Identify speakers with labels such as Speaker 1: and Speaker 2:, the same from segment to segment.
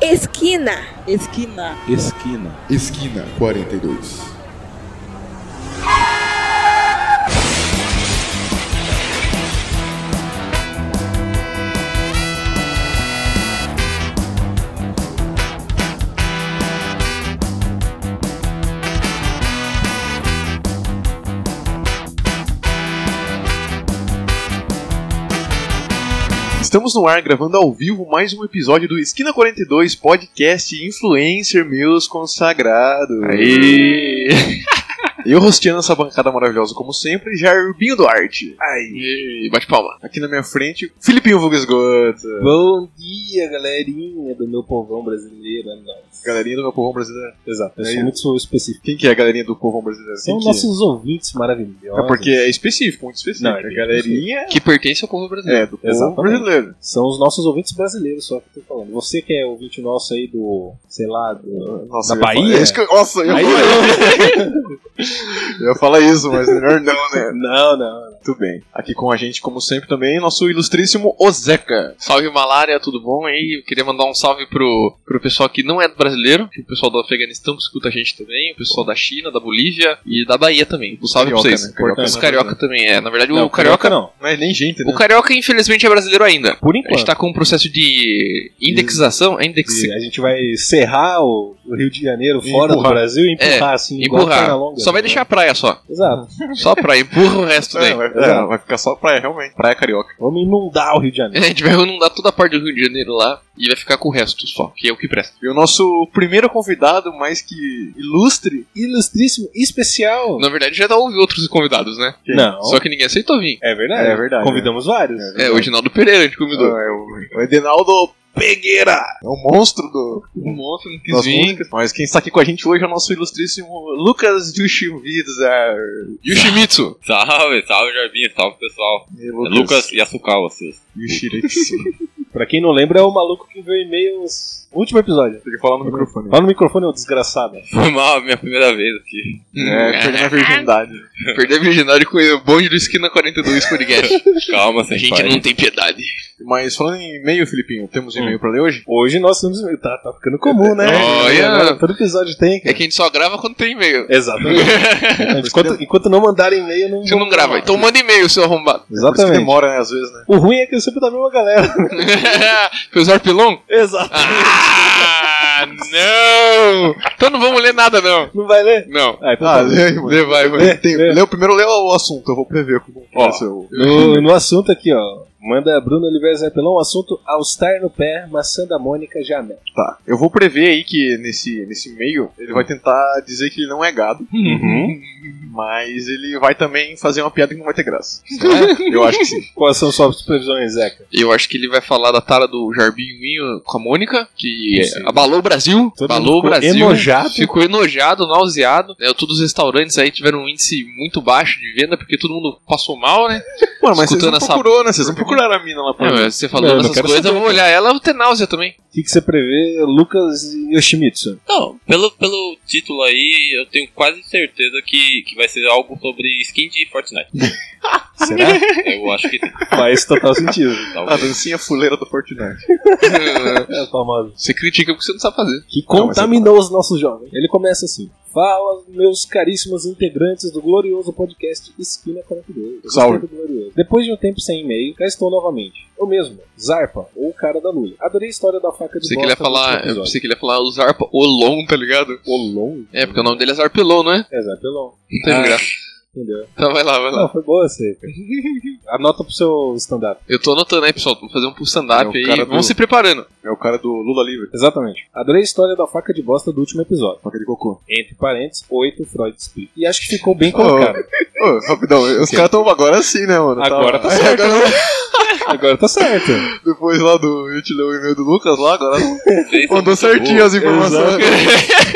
Speaker 1: Esquina.
Speaker 2: Esquina.
Speaker 3: Esquina.
Speaker 4: Esquina 42.
Speaker 3: Estamos no ar gravando ao vivo mais um episódio do Esquina 42 Podcast Influencer Meus Consagrados. Aí! Eu rosteando essa bancada maravilhosa como sempre, Jairbinho Duarte. Aí, bate palma. Aqui na minha frente, Filipinho Vulgo Esgoto.
Speaker 2: Bom dia, galerinha do meu povão brasileiro. É nóis.
Speaker 3: Galerinha do meu povão brasileiro.
Speaker 2: Exato, eu
Speaker 3: É
Speaker 2: sou muito específico.
Speaker 3: Quem que é a galerinha do povão brasileiro?
Speaker 2: São
Speaker 3: Quem que
Speaker 2: nossos ouvintes maravilhosos.
Speaker 3: é? é porque é específico, muito específico.
Speaker 2: Não, é
Speaker 3: a
Speaker 2: bem
Speaker 3: galerinha
Speaker 5: Que pertence ao povo brasileiro.
Speaker 3: é do povo
Speaker 2: Exatamente.
Speaker 3: brasileiro.
Speaker 2: São os nossos ouvintes brasileiros, só que eu tô falando. Você que é ouvinte nosso aí do, sei lá, do...
Speaker 3: Nossa,
Speaker 2: Da
Speaker 3: eu ia falar-
Speaker 2: Bahia?
Speaker 3: É isso que eu- Nossa, eu ia falar isso. Eu ia falar isso, mas melhor não, né?
Speaker 2: Não, não.
Speaker 3: Muito bem. Aqui com a gente, como sempre, também, nosso ilustríssimo Ozeca.
Speaker 5: Salve Malária, tudo bom aí? Eu queria mandar um salve pro, pro pessoal que não é brasileiro, que o pessoal do Afeganistão que escuta a gente também, o pessoal da China, da Bolívia e da Bahia também. Um salve
Speaker 3: Carioca,
Speaker 5: pra vocês.
Speaker 3: né? Carioca
Speaker 5: Os
Speaker 3: não é
Speaker 5: carioca
Speaker 3: brasileiro.
Speaker 5: também é. Na verdade,
Speaker 2: Não,
Speaker 5: o carioca.
Speaker 2: não.
Speaker 3: Não é nem gente, né?
Speaker 5: O carioca, infelizmente, é brasileiro ainda.
Speaker 2: Por
Speaker 5: A gente
Speaker 2: enquanto.
Speaker 5: tá com um processo de indexação, é index,
Speaker 2: E A gente vai serrar o o Rio de Janeiro
Speaker 3: E
Speaker 2: fora
Speaker 3: empurrar.
Speaker 2: do Brasil e empurrar, assim, igual
Speaker 5: É, empurrar.
Speaker 2: perna longa. né?
Speaker 5: Só vai deixar a praia só.
Speaker 2: Exato.
Speaker 5: Só a praia, empurra o resto daí.
Speaker 3: É, vai, é, vai ficar só praia, realmente. Praia carioca.
Speaker 2: Vamos inundar o Rio de Janeiro.
Speaker 5: A gente vai inundar toda a parte do Rio de Janeiro lá e vai ficar com o resto só, que é o que presta.
Speaker 3: E o nosso primeiro convidado, mais que ilustre,
Speaker 2: Ilustríssimo, especial.
Speaker 5: Na verdade, já tá houve outros convidados, né?
Speaker 2: Não.
Speaker 5: Só que ninguém aceitou vir.
Speaker 2: É verdade.
Speaker 3: É verdade,
Speaker 2: Convidamos vários.
Speaker 5: É, o Edinaldo Pereira, a gente convidou.
Speaker 2: Ah.
Speaker 3: é o o Edenaldo Pegueira. É o monstro do
Speaker 5: Um monstro não quis
Speaker 3: nosso
Speaker 5: vir.
Speaker 3: músico. Mas quem está aqui com a gente hoje é o nosso ilustríssimo Lucas Jushimvidar.
Speaker 5: E o Shimizu?
Speaker 6: Salve, salve Jarbinho, salve pessoal. É Lucas Yasukawa, vocês.
Speaker 3: Yushiretsu.
Speaker 2: Pra quem não lembra, é o maluco que enviou e-mails no último episódio.
Speaker 3: Tem que falar no microfone.
Speaker 2: Fala no microfone, ô desgraçado.
Speaker 6: Foi mal, minha primeira vez assim, aqui.
Speaker 3: É, perdi a virgindade.
Speaker 5: Perder a virgindade com o bonde do Esquina 42 podcast.
Speaker 6: Calma,
Speaker 5: A
Speaker 6: vocês.
Speaker 5: gente não tem piedade.
Speaker 3: Mas falando em e-mail, Filipinho, temos um e-mail pra ler hoje?
Speaker 2: Hoje nós temos e-mail. Tá, tá ficando comum, né?
Speaker 5: Olha.
Speaker 2: Agora Todo episódio tem.
Speaker 5: É
Speaker 2: Cara.
Speaker 5: que a gente só grava quando tem e-mail.
Speaker 2: Exatamente. enquanto, enquanto não mandarem e-mail, não.
Speaker 5: Você não grava, então manda e-mail, seu arrombado.
Speaker 3: Por isso que
Speaker 2: Exatamente.
Speaker 3: demora, né, às vezes, né?
Speaker 2: O ruim é que eu sempre da mesma galera.
Speaker 5: Fez o arpilão?
Speaker 2: Exato.
Speaker 5: Ah, não! Então não vamos ler nada, não.
Speaker 2: Não vai ler?
Speaker 5: Não.
Speaker 2: Ah, então
Speaker 3: Ah,
Speaker 2: tá.
Speaker 3: lê aí, mano.
Speaker 5: Lê, vai, vai.
Speaker 2: Lê,
Speaker 3: Tem,
Speaker 2: lê.
Speaker 3: lê o primeiro lê o assunto, eu vou prever como que vai ser o.
Speaker 2: No, no assunto aqui, ó. Manda Bruno Oliveira Zepelão, o assunto All-Star no pé, maçã da Mônica Jamel.
Speaker 3: Tá. Eu vou prever aí que nesse, nesse e-mail ele vai tentar dizer que ele não é gado,
Speaker 2: Uhum.
Speaker 3: mas ele vai também fazer uma piada que não vai ter graça. eu acho que sim.
Speaker 2: Quais são suas previsões, Zeca?
Speaker 5: Eu acho que ele vai falar da tara do Jarbinho com a Mônica, que é,
Speaker 2: Sim.
Speaker 5: abalou o Brasil.
Speaker 2: Todo
Speaker 5: abalou o
Speaker 2: mundo ficou
Speaker 5: Brasil.
Speaker 2: enojado.
Speaker 5: Ficou enojado, nauseado. É, todos os restaurantes aí tiveram um índice muito baixo de venda, porque todo mundo passou mal, né?
Speaker 3: Mano, mas vocês
Speaker 5: Escutando
Speaker 3: não
Speaker 5: essa-
Speaker 3: procurou, né? Vocês não procuraram a mina lá pra mim.
Speaker 5: Não, você
Speaker 2: É.
Speaker 5: falou
Speaker 2: Não, eu não
Speaker 5: dessas
Speaker 2: quero
Speaker 5: coisas, eu
Speaker 2: saber,
Speaker 5: vou olhar ela, eu vou ter náusea também.
Speaker 2: O que, que você prevê, Lucas Yoshimitsu?
Speaker 6: Não, Então, pelo, pelo título aí, eu tenho quase certeza que, que vai ser algo sobre skin de Fortnite.
Speaker 2: Será?
Speaker 6: Eu acho que sim,
Speaker 2: Faz total sentido.
Speaker 3: A
Speaker 6: talvez.
Speaker 3: dancinha fuleira do Fortnite.
Speaker 2: É a famosa.
Speaker 5: você critica porque você não sabe fazer.
Speaker 2: Que
Speaker 3: Não, mas é
Speaker 2: contaminou os nossos jovens. Ele começa assim. Fala, meus caríssimos integrantes do glorioso podcast Esquina 42. Gostei
Speaker 3: Salve.
Speaker 2: do glorioso. Depois de um tempo sem e-mail, cá estou novamente. Eu mesmo, Zarpa, ou o cara da Lula. Adorei a história da faca de
Speaker 5: Pensei que ele
Speaker 2: bosta
Speaker 5: ia falar,
Speaker 2: no
Speaker 5: eu
Speaker 2: último
Speaker 5: pensei que ele ia falar o Zarpa Olon, tá ligado?
Speaker 2: episódio. Olon?
Speaker 5: É, porque o nome dele é Zarpelon, não é?
Speaker 2: É, Zarpelon.
Speaker 5: Não tem graça.
Speaker 2: Entendeu?
Speaker 5: Então vai lá, vai lá.
Speaker 2: Não, foi boa essa aí, cara. Anota pro seu stand-up.
Speaker 5: Eu tô anotando aí, pessoal, vou fazer um
Speaker 3: É, o
Speaker 5: stand-up aí.
Speaker 3: cara do-
Speaker 5: Vamos se preparando.
Speaker 3: É o cara do Lula Livre,
Speaker 2: Exatamente. Adorei a história da faca de bosta do último episódio.
Speaker 3: com aquele cocô.
Speaker 2: Entre parênteses, 8 Freud Speak. E acho que ficou bem colocado.
Speaker 3: Ô, rapidão, os caras estão agora sim, né, mano?
Speaker 2: Agora tá certo, Agora tá certo.
Speaker 3: Depois lá do. Eu te leu o e-mail do Lucas lá, agora
Speaker 6: Vocês são,
Speaker 3: mandou certinho as informações.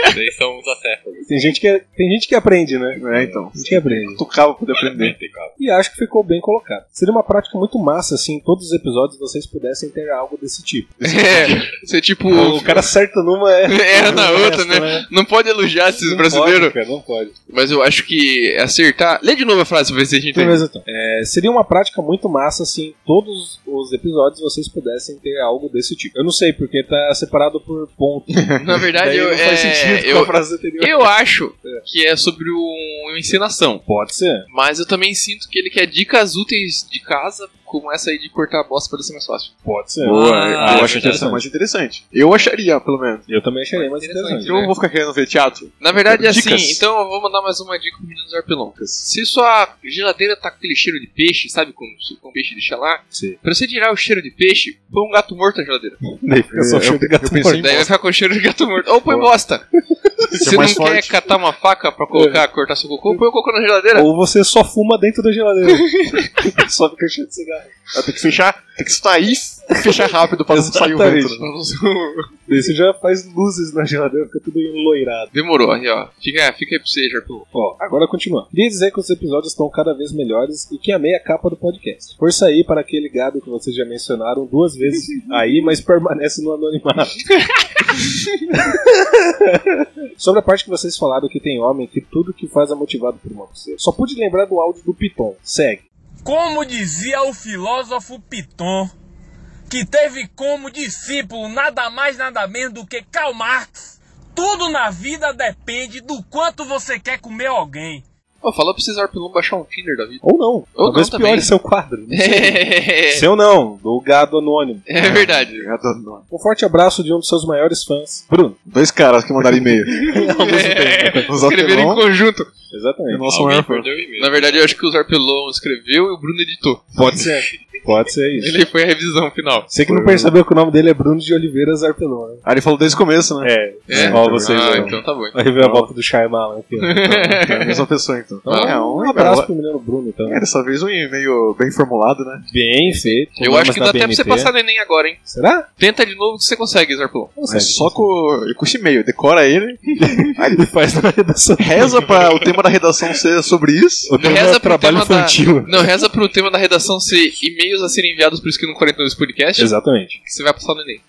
Speaker 6: vocês são os acéfalos.
Speaker 2: Tem gente que, é, tem gente que aprende, né?
Speaker 3: É, então.
Speaker 2: Tem gente que aprende.
Speaker 3: Tocava pra poder aprender.
Speaker 2: E acho que ficou bem colocado. Seria uma prática muito massa, assim, em todos os episódios vocês pudessem ter algo desse tipo.
Speaker 5: É, você tipo.
Speaker 2: O cara acerta numa é.
Speaker 5: Erra na
Speaker 2: o
Speaker 5: outra,
Speaker 2: resto,
Speaker 5: né? Não pode elogiar esses
Speaker 2: Não
Speaker 5: brasileiros.
Speaker 2: pode, cara, não pode.
Speaker 5: Mas eu acho que é acertar. Lê de novo a frase pra ver se a gente entende.
Speaker 2: Beleza, então. É, seria uma prática muito massa se em todos os episódios vocês pudessem ter algo desse tipo. Eu não sei, porque tá separado por ponto.
Speaker 5: Na verdade,
Speaker 2: Daí
Speaker 5: eu,
Speaker 2: não faz
Speaker 5: é,
Speaker 2: sentido com
Speaker 5: eu,
Speaker 2: a frase anterior.
Speaker 5: eu acho que é sobre um- uma encenação.
Speaker 2: Pode ser.
Speaker 5: Mas eu também sinto que ele quer dicas úteis de casa, como essa aí de cortar a bosta pra ser mais fácil.
Speaker 2: Pode ser.
Speaker 3: Boa,
Speaker 6: Ah,
Speaker 3: eu
Speaker 6: é
Speaker 3: acho que essa é
Speaker 2: verdade.
Speaker 3: mais interessante. Eu acharia, pelo menos.
Speaker 2: Eu também achei mais interessante.
Speaker 5: Interessante.
Speaker 3: Eu não vou ficar querendo ver teatro.
Speaker 5: Na verdade, é
Speaker 3: Dicas.
Speaker 5: assim, então eu vou mandar mais uma dica pro menino do Arpelão. Se sua geladeira tá com aquele cheiro de peixe, sabe como se o peixe deixa lá?
Speaker 2: Sim.
Speaker 5: Pra você tirar o cheiro de peixe, põe um gato morto na geladeira.
Speaker 3: Daí fica
Speaker 2: só cheiro de gato
Speaker 3: eu pensei em
Speaker 5: Daí vai ficar com o cheiro de gato morto. Ou põe
Speaker 3: Boa. é
Speaker 5: bosta. Se não
Speaker 3: mais
Speaker 5: quer
Speaker 3: forte.
Speaker 5: catar uma faca pra colocar, cortar seu cocô, põe o cocô na geladeira.
Speaker 2: Ou você só fuma dentro da geladeira. só fica cheio de cigarro.
Speaker 3: Ah, Tem que fechar, tem que sair e fechar rápido pra não sair o
Speaker 2: Exatamente.
Speaker 3: vento. né?
Speaker 2: Daí você já faz luzes na geladeira, fica tudo enloirado.
Speaker 5: Demorou, aí ó. Fica, fica aí pra você, Jarpelão.
Speaker 2: Ó, agora continua. Queria dizer que os episódios estão cada vez melhores e que amei a capa do podcast. Por sair para aquele gado que vocês já mencionaram duas vezes aí, mas permanece no anonimato. Sobre a parte que vocês falaram que tem homem que tudo que faz é motivado por uma pessoa. Só pude lembrar do áudio do Piton. Segue.
Speaker 1: Como dizia o filósofo Piton, que teve como discípulo nada mais nada menos do que Karl Marx, tudo na vida depende do quanto você quer comer alguém.
Speaker 5: Pô, falou pra vocês, Arpelão, baixar um Tinder da vida.
Speaker 2: Ou não.
Speaker 5: Ou
Speaker 2: Talvez
Speaker 5: não também.
Speaker 2: pior seu quadro. Não sei. Seu não, do gado anônimo.
Speaker 5: É verdade.
Speaker 3: Eu adoro nome.
Speaker 2: Um forte abraço de um dos seus maiores fãs, Bruno.
Speaker 3: Dois caras que mandaram e-mail. Ao mesmo
Speaker 2: É,
Speaker 3: tempo. Os
Speaker 5: Escreveram em
Speaker 3: Altelon
Speaker 5: conjunto.
Speaker 3: e o
Speaker 2: Exatamente.
Speaker 3: nosso
Speaker 6: Alguém
Speaker 3: maior fã.
Speaker 6: perdeu o e-mail.
Speaker 5: Na verdade, eu acho que o Zarpelon escreveu e o Bruno editou.
Speaker 2: Pode ser. Pode ser isso.
Speaker 5: Ele foi a revisão final.
Speaker 2: Você que não percebeu que o nome dele é Bruno de Oliveira Zarpelon, né?
Speaker 3: Ah, ele falou desde o começo, né?
Speaker 2: É.
Speaker 5: É.
Speaker 2: Ó, vocês
Speaker 5: ah,
Speaker 2: aí.
Speaker 5: então tá bom.
Speaker 2: Aí veio a volta do Shyamalan aqui. ó.
Speaker 3: É a mesma pessoa, então.
Speaker 5: Ah,
Speaker 3: é,
Speaker 2: Um
Speaker 3: e-mail.
Speaker 2: abraço pro menino Bruno, então.
Speaker 3: É, dessa vez um e-mail bem formulado, né?
Speaker 2: Bem feito.
Speaker 5: Eu acho que dá até pra você passar
Speaker 2: passar.
Speaker 5: no Enem agora, hein?
Speaker 2: Será?
Speaker 5: Tenta de novo que você consegue, Zarpelon.
Speaker 2: Não
Speaker 3: Mas só com, com esse e-mail. Decora ele,
Speaker 2: ele faz na redação.
Speaker 3: reza pra o tema da redação ser sobre isso.
Speaker 2: O tema é trabalho infantil.
Speaker 5: Da... Não, reza pro tema da redação ser e-mails a serem enviados pro Esquino 42 Podcast.
Speaker 2: Exatamente.
Speaker 5: Que você vai passar no Enem.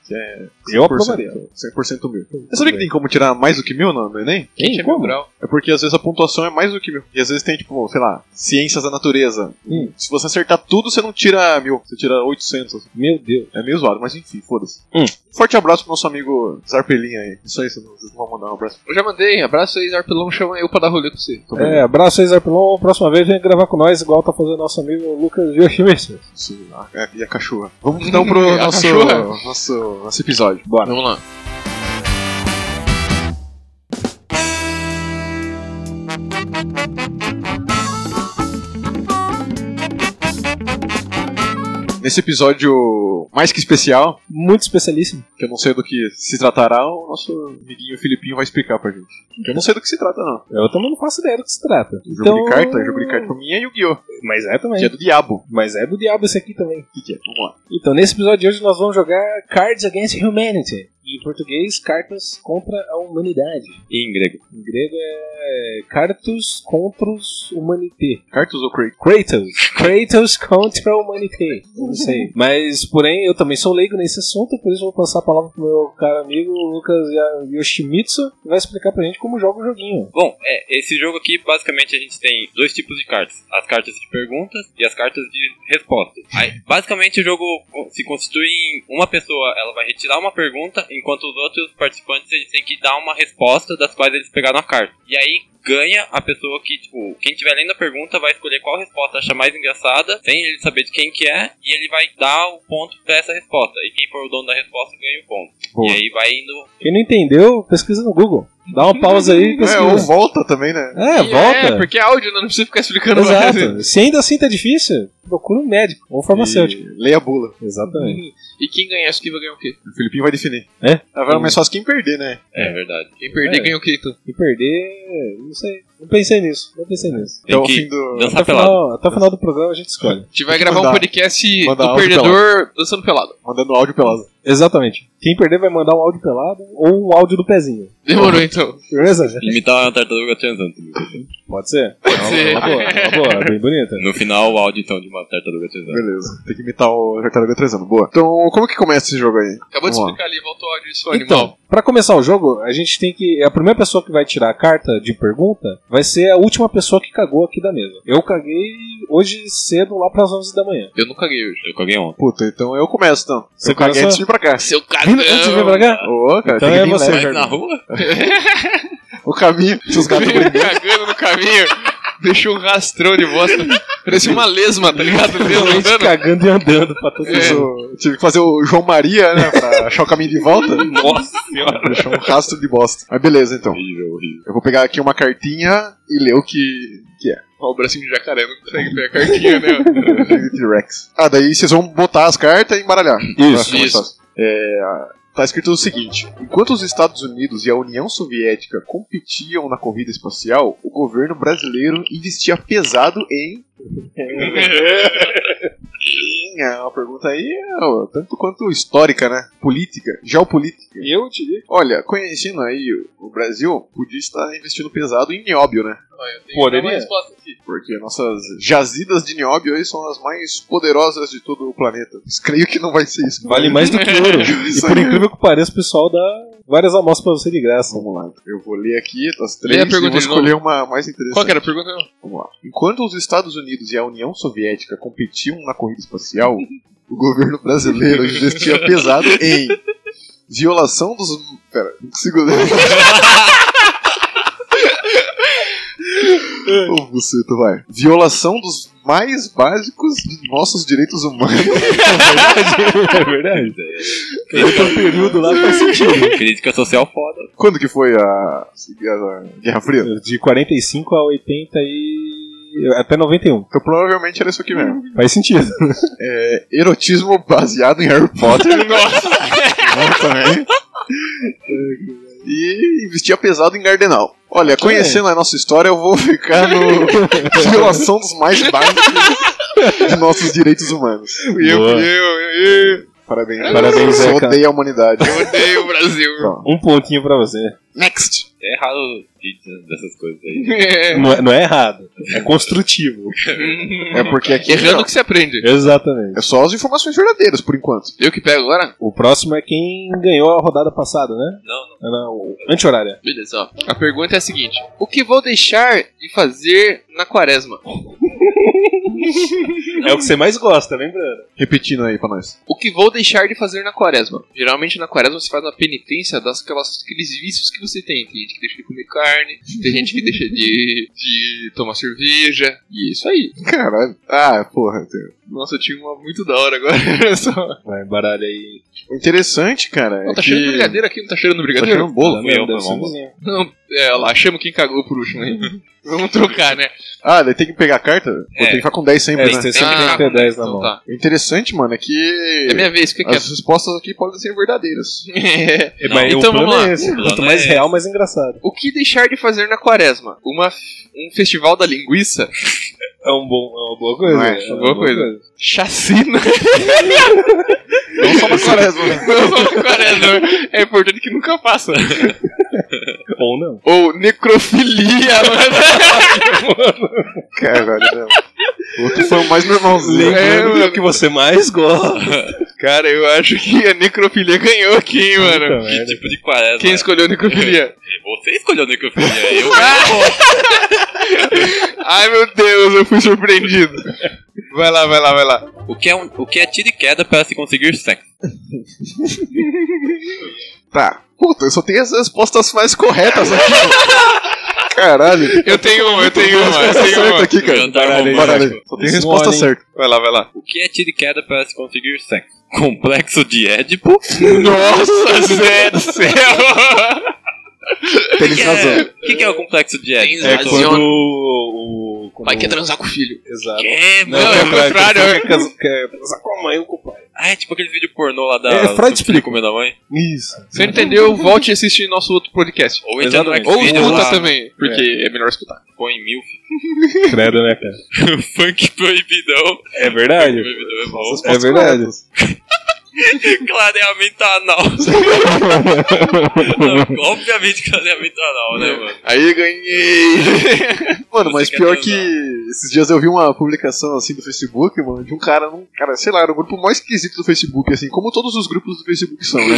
Speaker 2: Eu aprovaria. Então,
Speaker 3: 100% mil. Você sabia que tem como tirar mais do que mil no no Enem?
Speaker 5: Quem é
Speaker 2: como?
Speaker 5: meu grau?
Speaker 3: É porque às vezes a pontuação é mais do que mil. E às vezes tem, tipo, sei lá, ciências da natureza.
Speaker 2: Hum.
Speaker 3: Se você acertar tudo, você não tira mil, você tira 800.
Speaker 2: Meu Deus.
Speaker 3: É meio zoado, mas enfim, foda-se.
Speaker 2: Hum.
Speaker 3: Forte abraço pro nosso amigo Zarpelinha aí. Isso aí, vocês não vocês não vão mandar um abraço.
Speaker 5: Eu já mandei. Abraço aí, Zarpelon. Chama eu pra dar rolê com você.
Speaker 2: É, abraço aí, Zarpelon. Próxima vez vem gravar com nós, igual tá fazendo nosso amigo Lucas Yoshimessi.
Speaker 3: Sim, a- a- e a cachorra. Vamos então pro
Speaker 5: A
Speaker 3: nosso,
Speaker 5: cachorra?
Speaker 3: nosso, nosso episódio. Bora.
Speaker 5: Vamos lá.
Speaker 3: Nesse episódio mais que especial,
Speaker 2: Muito especialíssimo.
Speaker 3: que eu não sei do que se tratará, o nosso amiguinho Filipinho vai explicar pra gente. Que eu não sei do que se trata, não.
Speaker 2: Eu também não faço ideia do que se trata.
Speaker 3: Jogo de carta, jogo de carta pra mim é Yu-Gi-Oh!
Speaker 2: Mas é também.
Speaker 3: Que é do diabo.
Speaker 2: Mas é do diabo esse aqui também.
Speaker 3: Que que é? Vamos lá.
Speaker 2: Então, nesse episódio de hoje nós vamos jogar Cards Against Humanity. Em português, cartas contra a humanidade.
Speaker 6: Em grego.
Speaker 2: Em grego é Cartus Contras Humanité.
Speaker 3: Cartas ou Craig?
Speaker 2: Kratos. Kratos contra a humanité. Não sei. Mas, porém, eu também sou leigo nesse assunto, por isso eu vou passar a palavra pro meu cara amigo Lucas Yoshimitsu, que vai explicar pra gente como joga o joguinho.
Speaker 6: Bom, é, esse jogo aqui, basicamente, a gente tem dois tipos de cartas. As cartas de perguntas e as cartas de respostas. Aí, basicamente, o jogo co- se constitui em uma pessoa, ela vai retirar uma pergunta, enquanto os outros participantes, eles têm que dar uma resposta das quais eles pegaram a carta. E aí, ganha a pessoa que, tipo, quem tiver lendo a pergunta vai escolher qual resposta acha mais engraçada, sem ele saber de quem que é, e ele vai dar o ponto pra essa resposta. E quem for o dono da resposta ganha o ponto.
Speaker 3: Boa.
Speaker 6: E aí vai indo
Speaker 2: Quem não entendeu, pesquisa no Google. Dá uma pausa aí e
Speaker 3: É, ou
Speaker 2: pesquisa.
Speaker 3: volta também, né?
Speaker 2: É, volta.
Speaker 5: É, porque é áudio, né? não precisa ficar explicando
Speaker 2: é
Speaker 5: mais. né?
Speaker 2: Exato. Se ainda assim tá difícil, procura um médico ou um farmacêutico.
Speaker 3: E Leia a bula.
Speaker 2: Exatamente.
Speaker 5: E quem ganhar isso aqui vai ganhar o quê?
Speaker 3: O Filipinho vai definir.
Speaker 2: É?
Speaker 3: Agora é mais fácil quem perder, né?
Speaker 6: É verdade.
Speaker 5: Quem perder
Speaker 2: É.
Speaker 5: ganha o quê, então?
Speaker 2: E perder, não sei. Não pensei nisso. Não pensei nisso.
Speaker 6: Tem
Speaker 3: Então,
Speaker 6: que
Speaker 3: o fim do...
Speaker 2: Até
Speaker 6: dançar
Speaker 2: o,
Speaker 6: pelado.
Speaker 2: final, até o final do programa a gente escolhe.
Speaker 5: A gente vai
Speaker 3: que
Speaker 5: gravar um
Speaker 3: mandar-
Speaker 5: podcast
Speaker 3: mandar
Speaker 5: do
Speaker 3: áudio
Speaker 5: perdedor dançando pelado.
Speaker 3: Mandando áudio pelado.
Speaker 2: Tá. Exatamente. Quem perder vai mandar um áudio pelado ou um áudio do pezinho.
Speaker 5: Demorou, então.
Speaker 2: Beleza, gente?
Speaker 6: tá Imitar uma tartaruga transando.
Speaker 2: Pode ser? Pode
Speaker 5: ser.
Speaker 2: Uma boa, uma boa, bem bonita.
Speaker 6: No final, o áudio então de uma tartaruga tesoura.
Speaker 3: Beleza, tem que imitar o Tartaruga 3 anos. Boa. Então, como que começa esse jogo aí?
Speaker 5: Acabou de
Speaker 3: Vamos lá.
Speaker 5: explicar ali, volta o áudio, seu
Speaker 2: Então,
Speaker 5: animal.
Speaker 2: pra começar o jogo, a gente tem que. A primeira pessoa que vai tirar a carta de pergunta vai ser a última pessoa que cagou aqui da mesa. Eu caguei hoje cedo, lá pras 11 da manhã.
Speaker 5: Eu não caguei hoje.
Speaker 6: Eu caguei um.
Speaker 3: Puta, então eu começo então.
Speaker 2: Você
Speaker 3: eu caguei
Speaker 2: começou?
Speaker 3: antes de vir pra cá.
Speaker 5: Seu cagão.
Speaker 2: Antes de vir pra cá?
Speaker 3: Ô, cara,
Speaker 2: Então
Speaker 3: tem que
Speaker 2: é
Speaker 3: vir
Speaker 2: você,
Speaker 3: leve.
Speaker 5: Vai na
Speaker 2: Jardim.
Speaker 5: rua?
Speaker 3: O caminho, seus gatos brigando.
Speaker 5: cagando no caminho. Deixou um rastrão de bosta. Parecia uma lesma, tá ligado? Lesma
Speaker 2: Realmente
Speaker 5: andando.
Speaker 2: cagando e andando pra todos os
Speaker 5: É.
Speaker 2: outros.
Speaker 3: Eu Tive que fazer o João Maria, né, pra achar o caminho de volta.
Speaker 6: Nossa senhora.
Speaker 3: Deixar um rastro de bosta. Mas beleza, então.
Speaker 6: Horrível, horrível.
Speaker 3: Eu vou pegar aqui uma cartinha e ler o que, que é.
Speaker 5: Ó, o bracinho de jacaré não consegue pegar a cartinha, né?
Speaker 3: T-Rex. Ah, daí vocês vão botar as cartas e embaralhar. Vai ficar mais
Speaker 5: isso.
Speaker 3: fácil. É, a- tá escrito o seguinte: Enquanto os Estados Unidos e a União Soviética competiam na corrida espacial, o governo brasileiro investia pesado em. Em, É uma pergunta aí, ó, tanto quanto histórica, né? Política, geopolítica.
Speaker 2: Eu diria.
Speaker 3: Olha, conhecendo aí o, o Brasil, podia estar investindo pesado em nióbio, né?
Speaker 2: Poderia.
Speaker 5: Uma resposta aqui.
Speaker 3: Porque nossas jazidas de nióbio aí são as mais poderosas de todo o planeta. Mas creio que não vai ser isso.
Speaker 2: Vale mais do que ouro. E
Speaker 3: Isso
Speaker 2: por
Speaker 3: aí. é
Speaker 2: incrível que pareça, o pessoal dá várias amostras pra você de graça.
Speaker 3: Vamos lá. então. Eu vou ler aqui as
Speaker 5: Lê a
Speaker 3: três e
Speaker 5: pergunta
Speaker 3: vou
Speaker 5: de novo.
Speaker 3: escolher uma mais interessante.
Speaker 5: Qual que era a pergunta?
Speaker 3: Vamos lá. Enquanto os Estados Unidos e a União Soviética competiam na corrida espacial, o governo brasileiro investia pesado em violação dos. Pera, um não consigo ler. Ô, buceta, vai. Violação dos mais básicos de nossos direitos humanos.
Speaker 2: é verdade. Tem um período lá faz sentido.
Speaker 6: Crítica social foda.
Speaker 3: Quando que foi a, a Guerra Fria?
Speaker 2: De 45 a 80 e. até 91.
Speaker 3: Então provavelmente era isso aqui mesmo.
Speaker 2: Faz sentido.
Speaker 3: É, erotismo baseado em Harry Potter. Nossa! também. E investia pesado em Gardenal. Olha, conhecendo a nossa história, eu vou ficar no violação dos mais básicos de nossos direitos humanos.
Speaker 5: Fui eu,
Speaker 2: Boa.
Speaker 5: fui eu, eu, eu.
Speaker 3: Parabéns,
Speaker 2: Parabéns,
Speaker 3: eu
Speaker 2: Zeca.
Speaker 3: odeio a humanidade.
Speaker 5: Eu odeio o Brasil.
Speaker 2: Um pontinho pra você.
Speaker 3: Next!
Speaker 6: É errado o vídeo dessas coisas aí.
Speaker 5: É.
Speaker 2: Não é, não é errado. É construtivo.
Speaker 3: É porque aqui
Speaker 5: Errando
Speaker 3: não.
Speaker 5: que se aprende.
Speaker 2: Exatamente.
Speaker 3: é só as informações verdadeiras, por enquanto.
Speaker 5: Eu que pego agora?
Speaker 2: O próximo é quem ganhou a rodada passada, né?
Speaker 6: Não, não.
Speaker 2: Não, anti-horária.
Speaker 5: Beleza, ó. A pergunta é a seguinte: O que vou deixar de fazer na quaresma?
Speaker 2: É o que você mais gosta, lembrando.
Speaker 3: Repetindo aí pra nós.
Speaker 5: O que vou deixar de fazer na quaresma? Geralmente na quaresma você faz uma penitência das aquelas, aqueles vícios que você tem. Tem gente que deixa de comer carne, tem gente que deixa de, de tomar cerveja. E é isso aí.
Speaker 3: Caralho. Ah, porra. tem-
Speaker 5: Nossa, eu tinha uma muito da hora agora. Só-
Speaker 2: Vai, baralho aí.
Speaker 3: Interessante, cara.
Speaker 5: Ó,
Speaker 3: É
Speaker 5: tá cheirando
Speaker 3: que...
Speaker 5: brigadeiro aqui, não tá cheirando
Speaker 3: Tá
Speaker 5: brigadeiro?
Speaker 3: cheirando bolo.
Speaker 2: Deve
Speaker 6: meu,
Speaker 2: ser
Speaker 6: vamos.
Speaker 2: vizinho.
Speaker 5: Não, é, olha lá, chama quem cagou por último aí. Vamos trocar, né?
Speaker 3: Ah, daí tem que pegar a carta? Vou
Speaker 6: É.
Speaker 3: ter que ficar com 10 sempre,
Speaker 2: É,
Speaker 3: né?
Speaker 2: você sempre tem que ter 10 na
Speaker 5: Então
Speaker 2: mão.
Speaker 5: tá.
Speaker 3: O interessante, mano, é que.
Speaker 5: É minha vez, fica
Speaker 3: as
Speaker 5: quieto.
Speaker 3: respostas aqui podem ser verdadeiras.
Speaker 2: É, mas o
Speaker 5: Não, então
Speaker 2: plano
Speaker 5: vamos lá.
Speaker 2: é esse.
Speaker 6: O plano
Speaker 2: Quanto mais
Speaker 6: é
Speaker 2: real, mais engraçado.
Speaker 5: O que deixar de fazer na quaresma? Uma, f- um festival da linguiça?
Speaker 2: É, um bom, é uma boa coisa.
Speaker 3: Não é?
Speaker 2: é
Speaker 5: Uma boa coisa. Chacina?
Speaker 3: Não só na quaresma, né?
Speaker 5: Não só na quaresma. É importante que nunca faça.
Speaker 2: Ou não.
Speaker 5: Ou necrofilia, mano.
Speaker 3: Caralho, né? O outro foi o mais normalzinho.
Speaker 5: É,
Speaker 2: Lembrando
Speaker 5: mano.
Speaker 2: do que você mais gosta.
Speaker 5: Cara, eu acho que a necrofilia ganhou aqui, hein, mano.
Speaker 2: Puta merda.
Speaker 6: Tipo de quaresma. é?
Speaker 5: Quem escolheu necrofilia?
Speaker 6: Você escolheu necrofilia. Eu
Speaker 5: Ai, meu Deus, eu fui surpreendido. Vai lá, vai lá, vai lá.
Speaker 6: O que é, um, o que é tiro e queda para se conseguir sexo?
Speaker 3: Tá. Puta, eu só tenho as respostas mais corretas aqui. mano. Caralho.
Speaker 5: Eu tenho uma, eu tenho um, uma, eu
Speaker 3: Resposta
Speaker 5: tenho
Speaker 3: certa
Speaker 5: uma.
Speaker 3: aqui, cara.
Speaker 6: Jantar
Speaker 2: baralho aí,
Speaker 6: romântico.
Speaker 3: Caralho. Só tem
Speaker 2: Isso
Speaker 3: resposta
Speaker 2: olha, hein?
Speaker 3: certa.
Speaker 5: Vai lá, vai lá.
Speaker 6: O que é tiro e queda para se conseguir sexo? Complexo de Édipo?
Speaker 5: Nossa, Zé do céu!
Speaker 3: Tem
Speaker 6: Que é-
Speaker 3: razão.
Speaker 6: O que, que é o complexo de Édipo?
Speaker 5: Tem
Speaker 2: É
Speaker 5: Mas
Speaker 2: quando
Speaker 5: eu-
Speaker 2: o. o- quando-
Speaker 5: Pai quer é transar com o filho.
Speaker 2: Exato.
Speaker 6: Que,
Speaker 2: Não,
Speaker 6: mano?
Speaker 2: é o contrário.
Speaker 5: contrário.
Speaker 2: Quer casar- quer casar com a mãe ou com o pai.
Speaker 6: Ah, é tipo aquele vídeo pornô lá da.
Speaker 2: É,
Speaker 6: do
Speaker 2: Freud
Speaker 6: filho
Speaker 2: explica.
Speaker 6: comendo a mãe.
Speaker 2: Isso.
Speaker 5: Você entendeu? Volte e assiste nosso outro podcast.
Speaker 6: Ou então no
Speaker 2: Exatamente.
Speaker 5: Ou é
Speaker 6: Xvideos
Speaker 5: escuta
Speaker 6: lá,
Speaker 5: também, porque é. melhor escutar.
Speaker 6: põe mil.
Speaker 2: Credo, né, cara?
Speaker 6: Funk proibidão.
Speaker 2: É verdade.
Speaker 6: Proibidão é bom.
Speaker 3: Respostas
Speaker 2: É verdade.
Speaker 3: corretas.
Speaker 6: Clareamento anal. Não, obviamente clareamento anal, né, é mano?
Speaker 5: Aí ganhei!
Speaker 3: Mano, mas
Speaker 6: Você quer
Speaker 3: pior
Speaker 6: te
Speaker 3: que
Speaker 6: usar.
Speaker 3: esses dias eu vi uma publicação assim do Facebook, mano, de um cara, um cara, sei lá, era o grupo mais esquisito do Facebook, assim, como todos os grupos do Facebook são, né?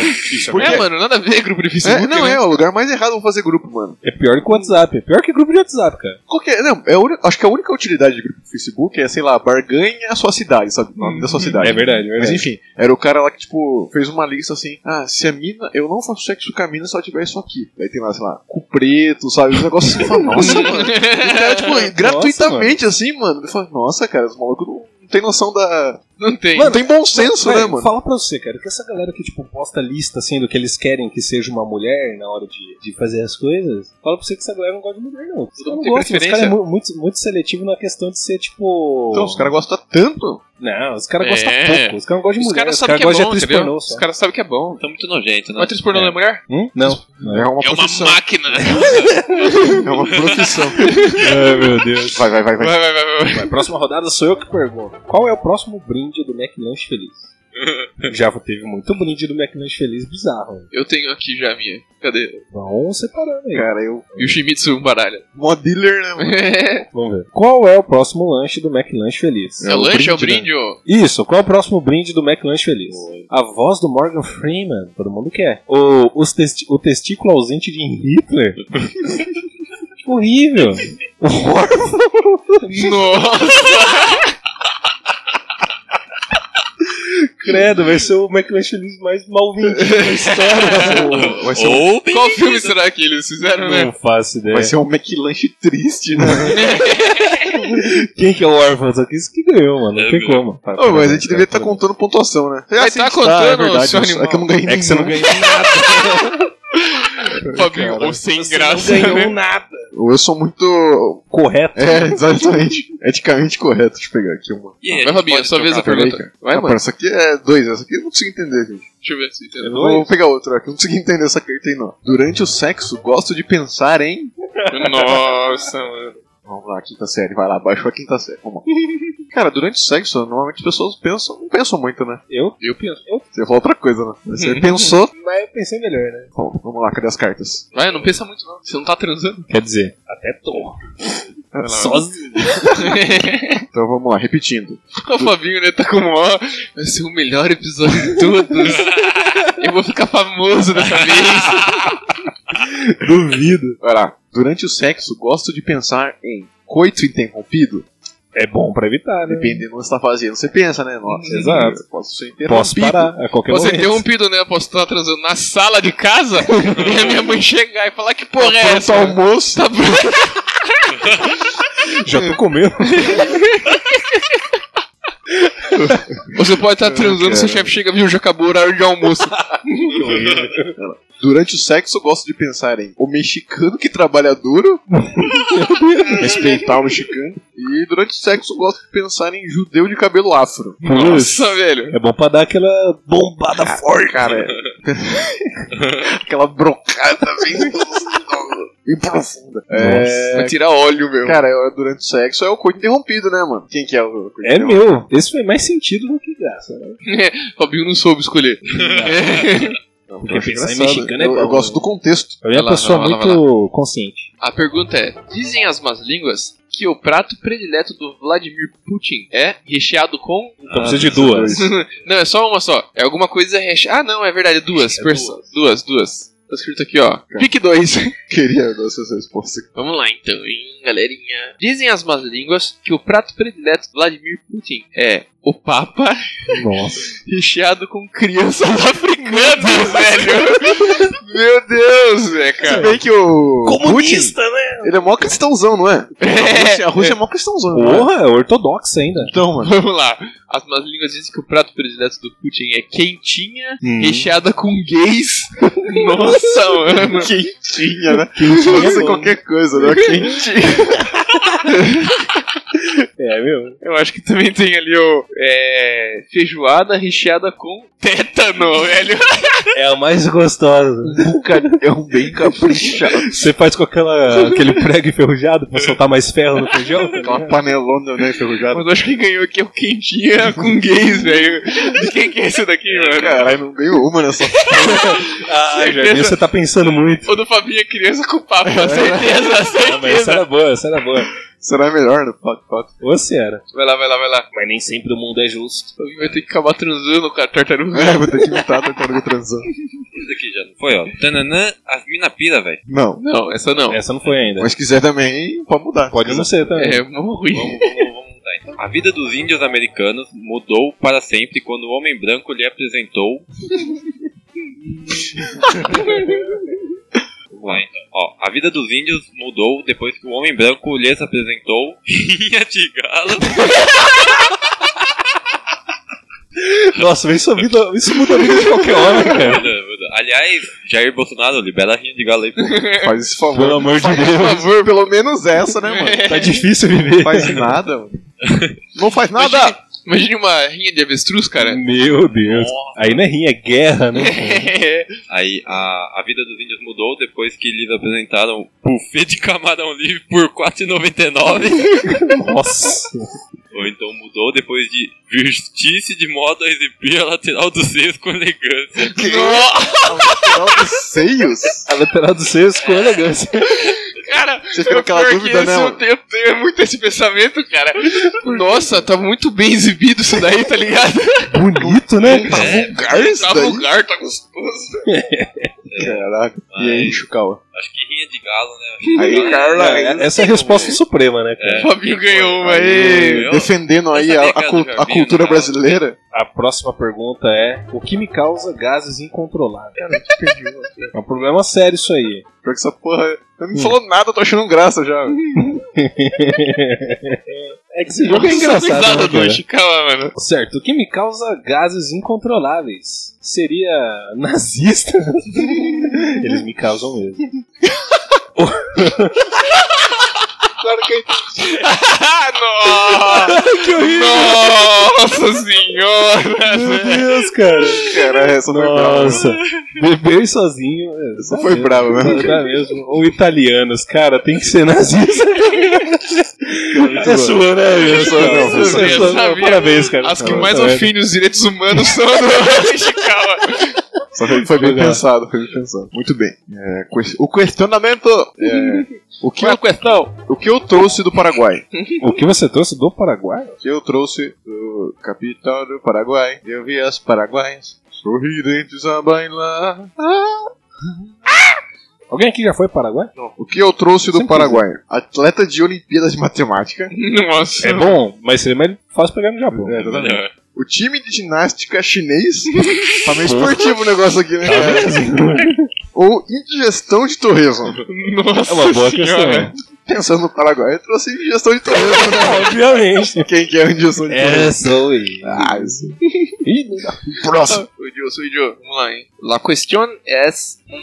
Speaker 3: Porque-
Speaker 5: É, mano, nada a ver grupo de Facebook.
Speaker 3: É, não,
Speaker 5: né?
Speaker 3: é o lugar mais errado pra fazer grupo, mano.
Speaker 2: É pior que o WhatsApp. É pior que grupo de WhatsApp, cara.
Speaker 3: Qualquer, não, é a uni- acho que a única utilidade de grupo do Facebook é, sei lá, barganha a sua cidade, sabe? O nome da sua cidade.
Speaker 2: verdade, é
Speaker 3: Mas enfim, era o cara lá que, tipo, fez uma lista assim: ah, se a mina, eu não faço sexo com a mina se ela tiver isso aqui. Daí tem lá, sei lá, cu preto, sabe? Os negócios assim, eu falo, nossa,
Speaker 2: Uhum.
Speaker 3: mano. O cara, tipo, gratuitamente assim, mano. Eu falo, nossa, cara, os malucos não, não tem noção da.
Speaker 5: Não tem.
Speaker 3: não tem bom senso, né, mano?
Speaker 2: Fala pra você, cara, que essa galera que, tipo, posta lista, assim, do que eles querem que seja uma mulher na hora de, de fazer as coisas, fala pra você que essa galera não gosta de mulher, não. Os
Speaker 5: mundo
Speaker 2: caras não
Speaker 5: tem
Speaker 2: gostam, os caras é
Speaker 5: preferência.
Speaker 2: mu- muito, muito seletivo na questão de ser, tipo...
Speaker 3: Então, os caras gostam tanto.
Speaker 2: Não, os caras gostam
Speaker 5: É.
Speaker 2: pouco. Os caras gostam de
Speaker 5: Os
Speaker 2: mulher,
Speaker 5: caras
Speaker 2: os
Speaker 5: sabem
Speaker 2: caras
Speaker 5: que é
Speaker 2: gostam de
Speaker 5: bom,
Speaker 2: atriz
Speaker 5: entendeu?
Speaker 2: pornô só.
Speaker 5: Os caras sabem que é bom.
Speaker 6: Tá muito nojento, né?
Speaker 5: Uma atriz pornô não é mulher?
Speaker 2: Hum? Não.
Speaker 3: É uma
Speaker 5: É uma
Speaker 3: profissão.
Speaker 5: máquina. né?
Speaker 3: É uma profissão.
Speaker 2: Ai, É, meu Deus.
Speaker 3: Vai, vai, vai, vai.
Speaker 5: Vai, vai, vai, vai.
Speaker 2: Vai, próxima rodada sou eu que pergunto. Qual é o próximo brinde do McLanche Feliz? Já teve muito brinde do McLanche Feliz bizarro. hein?
Speaker 5: Eu tenho aqui já a minha. Cadê?
Speaker 2: Vão separando aí.
Speaker 3: Cara, eu.
Speaker 5: E o Shimizu um baralho.
Speaker 3: Mó dealer, né, mano?
Speaker 2: Vamos ver. Qual é o próximo lanche do McLanche Feliz?
Speaker 5: É o lanche, é o
Speaker 3: brinde,
Speaker 5: brinde, ô.
Speaker 2: Isso, qual é o próximo brinde do McLanche Feliz? A voz do Morgan Freeman, todo mundo quer. O, os testi- o testículo ausente de Hitler? Horrível. O órfão
Speaker 5: Nossa.
Speaker 2: Credo, vai ser o McLanche Feliz mais mal vendido da história.
Speaker 3: Vai ser, um-
Speaker 6: Ou
Speaker 5: Qual filme será que eles fizeram, né?
Speaker 2: Não faço ideia.
Speaker 3: vai ser um McLanche triste, né?
Speaker 2: Quem que é o órfão? Só que isso que ganhou, mano. Não
Speaker 6: É,
Speaker 2: tem
Speaker 6: meu.
Speaker 2: como. Tá,
Speaker 3: Ô, mas a gente devia estar contando pontuação, né?
Speaker 5: Vai
Speaker 3: sim,
Speaker 5: tá
Speaker 2: Ah,
Speaker 5: contando,
Speaker 3: é verdade,
Speaker 5: seu
Speaker 3: eu- É
Speaker 5: animal.
Speaker 3: que eu não ganhei
Speaker 2: É que você não ganhou
Speaker 5: Fabinho, ou sem graça,
Speaker 2: ganhou
Speaker 5: né?
Speaker 2: nada.
Speaker 3: Ou eu sou muito.
Speaker 2: Correto.
Speaker 3: É, exatamente. eticamente correto. Deixa eu pegar aqui uma.
Speaker 6: E aí,
Speaker 5: Vai, Fabinho,
Speaker 6: a
Speaker 5: é
Speaker 6: gente
Speaker 5: sua
Speaker 6: pode
Speaker 5: vez a
Speaker 6: trocar,
Speaker 5: pergunta.
Speaker 3: peraí,
Speaker 5: Vai,
Speaker 3: ah,
Speaker 5: mano.
Speaker 3: mano, essa aqui é dois, essa aqui eu não consigo entender, gente.
Speaker 5: Deixa eu ver se entendeu.
Speaker 3: Eu vou pegar outra, que eu não consigo entender essa carta aí, não. Durante o sexo, gosto de pensar em.
Speaker 5: é Nossa, mano.
Speaker 3: Vamos lá, quinta série, vai lá, baixou a quinta série, vamos lá. Cara, durante o sexo, normalmente as pessoas pensam, não pensam muito, né?
Speaker 2: Eu?
Speaker 5: Eu penso.
Speaker 3: Você falou outra coisa, né? Você pensou.
Speaker 2: Mas eu pensei melhor, né?
Speaker 3: Bom, vamos lá, cadê as cartas?
Speaker 5: Vai, não pensa muito, não. Você não tá transando.
Speaker 2: Quer dizer, até tô. Sozinho.
Speaker 3: Então vamos lá, repetindo.
Speaker 5: o Fabinho, né, tá com ó. Vai ser o melhor episódio de todos. Eu vou ficar famoso dessa vez.
Speaker 2: Duvido.
Speaker 3: Vai lá. Durante o sexo, gosto de pensar em coito interrompido.
Speaker 2: É bom pra evitar, né?
Speaker 3: Dependendo do que você tá fazendo, você pensa, né? Nossa,
Speaker 2: Exato.
Speaker 3: eu Posso ser interrompido.
Speaker 2: Posso parar a qualquer
Speaker 5: Posso ser
Speaker 2: momento.
Speaker 5: interrompido, né? Posso estar transando na sala de casa e a minha mãe chegar e falar que porra é
Speaker 3: Pronto
Speaker 5: essa?
Speaker 3: almoço.
Speaker 5: Tá bom.
Speaker 2: Já tô comendo.
Speaker 5: Você pode estar transando, seu chefe chega e viu, já acabou o horário de almoço.
Speaker 3: Durante o sexo, eu gosto de pensar em o mexicano que trabalha duro. Respeitar o mexicano. E durante o sexo, eu gosto de pensar em judeu de cabelo afro.
Speaker 5: Nossa, velho.
Speaker 2: É bom pra dar aquela bombada forte.
Speaker 3: Cara, é- aquela brocada bem, bem profunda. É,
Speaker 5: Vai tirar óleo, meu.
Speaker 3: Cara, eu- durante o sexo é o coito interrompido, né, mano? Quem que é o coito
Speaker 2: É meu. Esse foi mais sentido do que graça. Né?
Speaker 5: Fabinho não soube escolher.
Speaker 2: Porque pensar em
Speaker 3: Engraçado.
Speaker 2: mexicano é
Speaker 3: eu,
Speaker 2: bom.
Speaker 3: eu gosto do contexto.
Speaker 2: Eu é
Speaker 5: Vai
Speaker 2: uma
Speaker 5: lá,
Speaker 2: pessoa
Speaker 5: vai lá, vai lá,
Speaker 2: muito consciente.
Speaker 5: A pergunta é: dizem as más línguas que o prato predileto do Vladimir Putin é recheado com.
Speaker 2: Então precisa de duas.
Speaker 5: não, é só uma só. É alguma coisa recheada. Ah, não, é verdade, duas. perso- duas. duas, Tá escrito aqui, ó. Pique dois.
Speaker 3: Queria dar essa resposta.
Speaker 5: Vamos lá então, hein, galerinha. Dizem as más línguas que o prato predileto do Vladimir Putin é o Papa
Speaker 2: Nossa.
Speaker 5: recheado com crianças africanas, velho. Meu Deus, velho,
Speaker 3: Se
Speaker 5: cara.
Speaker 3: bem que o.
Speaker 2: Comunista, né?
Speaker 3: Putin, ele é mó cristãozão, não é? A Rússia, a Rússia é mó cristãozão. não é?
Speaker 2: Porra, é ortodoxa ainda.
Speaker 3: Então, mano.
Speaker 5: Vamos lá. As más línguas dizem que o prato predileto do Putin é quentinha,
Speaker 2: Hum.
Speaker 5: recheada com gays. Nossa, mano.
Speaker 3: Quentinha, né? Quentinha. Pode ser qualquer coisa, né? Quentinha.
Speaker 2: É, meu.
Speaker 5: Eu acho que também tem ali o. É, feijoada recheada com tétano, velho.
Speaker 2: É a mais gostosa.
Speaker 3: Bocadão é um bem caprichado.
Speaker 2: Você faz com aquela, aquele prego enferrujado pra soltar mais ferro no feijão? tá
Speaker 3: Uma
Speaker 2: ligado?
Speaker 3: panelona, né, enferrujada.
Speaker 5: Mas eu acho que ganhou aqui é o quentinha com gays, velho. De quem que é esse daqui, mano?
Speaker 3: Caralho, não ganhou uma nessa
Speaker 2: Ah, Jardim, você tá pensando muito.
Speaker 5: O do Fabinho é criança com papo,
Speaker 3: É.
Speaker 5: certeza,
Speaker 2: Não, mas essa
Speaker 5: certeza.
Speaker 2: era boa, essa era boa.
Speaker 3: Será melhor né? no Pato Pato?
Speaker 2: Ou se era.
Speaker 5: Vai lá, vai lá, vai lá.
Speaker 2: Mas nem sempre o mundo é justo.
Speaker 5: O Fabinho vai ter que acabar transando com a tartaruga.
Speaker 3: É, vou ter que imitar a tartaruga transando.
Speaker 6: Isso aqui já não foi, ó. Tananã, as mina pira, velho.
Speaker 3: Não.
Speaker 5: Não, essa não.
Speaker 2: Essa não foi ainda.
Speaker 3: Mas se quiser também, pode mudar.
Speaker 2: Pode não ser também.
Speaker 5: É, vamos ruim.
Speaker 6: Vamos, vamos, vamos mudar então. A vida dos índios americanos mudou para sempre quando o homem branco lhe apresentou. Vamos lá então. Ó, a vida dos índios mudou depois que o homem branco lhes apresentou. Rinha de galo.
Speaker 2: Nossa, mas isso, vida, isso muda a vida de qualquer homem,
Speaker 5: É.
Speaker 2: cara.
Speaker 6: Muda, muda. Aliás, Jair Bolsonaro, libera a rinha de galo aí. pô.
Speaker 3: Faz esse
Speaker 2: Pelo
Speaker 3: favor.
Speaker 2: amor de
Speaker 3: Faz
Speaker 2: Deus.
Speaker 3: esse favor, pelo menos essa, né, mano?
Speaker 2: Tá difícil viver.
Speaker 3: Faz nada, mano. Não faz nada!
Speaker 5: Imagine, imagine uma rinha de avestruz, cara.
Speaker 2: Meu Deus. Aí não é rim, é guerra, né?
Speaker 6: Aí a, a vida dos índios mudou depois que lhes apresentaram buffet de camarão livre por R$4,99.
Speaker 2: Nossa.
Speaker 6: Ou então mudou depois de vestir-se de modo a exibir a lateral dos seios com elegância.
Speaker 5: Nossa,
Speaker 3: Lateral dos seios?
Speaker 2: A lateral do né? sexto com elegância.
Speaker 5: cara,
Speaker 3: Você fica
Speaker 5: é o
Speaker 3: naquela
Speaker 5: pior que
Speaker 3: dúvida,
Speaker 5: esse
Speaker 3: né,
Speaker 5: eu
Speaker 3: mano?
Speaker 5: tenho- Eu tenho muito esse pensamento, cara. Nossa, tá muito bem exibido isso daí, tá ligado?
Speaker 2: Bonito, né?
Speaker 3: Tá
Speaker 2: cara?
Speaker 6: É,
Speaker 3: vulgar isso
Speaker 5: tá
Speaker 3: daí?
Speaker 5: vulgar, tá gostoso.
Speaker 3: Caraca. E aí, Chukawa?
Speaker 6: Acho que rinha de galo, É. né?
Speaker 3: Aí, Carla,
Speaker 2: É, Essa é a resposta Hum. suprema, né, cara?
Speaker 5: O Fabinho ganhou uma aí.
Speaker 3: aí, defendendo aí
Speaker 6: Essa
Speaker 3: a,
Speaker 6: década
Speaker 3: a cul-
Speaker 6: do
Speaker 3: a
Speaker 6: Jardim,
Speaker 3: cultura
Speaker 6: né?
Speaker 3: brasileira.
Speaker 2: A próxima pergunta é: O que me causa gases incontroláveis? É um problema sério isso aí.
Speaker 3: Pior que essa porra não me falou nada, eu tô achando graça já.
Speaker 2: É que esse jogo é engraçado.
Speaker 5: Nada
Speaker 2: Né, cara?
Speaker 5: do calma, mano.
Speaker 2: Certo, o que me causa gases incontroláveis seria nazista? Eles me causam mesmo.
Speaker 3: Claro que aí tem
Speaker 2: Ah,
Speaker 5: Nossa,
Speaker 2: que horrível!
Speaker 5: nossa senhora.
Speaker 2: Meu Deus, cara!
Speaker 3: cara, essa não é brava.
Speaker 2: Nossa, beber sozinho. é,
Speaker 3: Essa foi brava, né?
Speaker 2: Dá mesmo. Ou italianos, cara, tem que ser nazista. né, É sua, né? É
Speaker 3: sua, não,
Speaker 2: É sua,
Speaker 5: eu
Speaker 2: é sua.
Speaker 5: sabia.
Speaker 2: Parabéns, cara.
Speaker 5: As que
Speaker 2: Tá
Speaker 5: mais um
Speaker 2: vendo?
Speaker 5: ofendem os direitos humanos são a do Ishikawa.
Speaker 3: Só que foi bem
Speaker 2: Legal.
Speaker 3: pensado, foi bem pensado. Muito bem. É, que- o questionamento é, o, que eu,
Speaker 5: questão?
Speaker 3: o que eu trouxe do Paraguai?
Speaker 2: O que você trouxe do Paraguai?
Speaker 3: O que eu trouxe do capital do Paraguai? Eu vi as paraguaias sorridentes a bailar.
Speaker 2: Alguém aqui já foi pro Paraguai?
Speaker 3: O que eu trouxe do
Speaker 2: Sempre
Speaker 3: Paraguai? Atleta de Olimpíadas de Matemática.
Speaker 5: Nossa.
Speaker 2: É bom, mas seria mais fácil pegar no Japão.
Speaker 3: É, exatamente.
Speaker 6: Melhor.
Speaker 3: O time de ginástica chinês. tá meio esportivo o negócio aqui, né? Ou indigestão de torresmo.
Speaker 5: Nossa
Speaker 2: É uma boa questão.
Speaker 5: senhora.
Speaker 2: né?
Speaker 3: Pensando no Paraguai, eu trouxe indigestão de torresmo, né?
Speaker 2: Obviamente.
Speaker 3: Quem quer indigestão de torresmo?
Speaker 2: né? É, sou eu.
Speaker 3: Ah, isso.
Speaker 2: Ih,
Speaker 3: Próximo.
Speaker 5: Ô, Joe, sou Joe. Vamos lá, hein? La question é: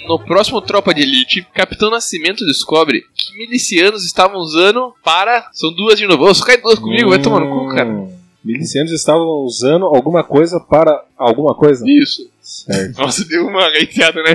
Speaker 5: no próximo Tropa de Elite, Capitão Nascimento descobre que milicianos estavam usando para. São duas de novo. Ô, só cai duas comigo, vai tomar no cu, cara.
Speaker 2: hum. Milicianos estavam usando alguma coisa para alguma coisa?
Speaker 5: Isso.
Speaker 2: Certo.
Speaker 5: Nossa, deu uma gaiteada, né?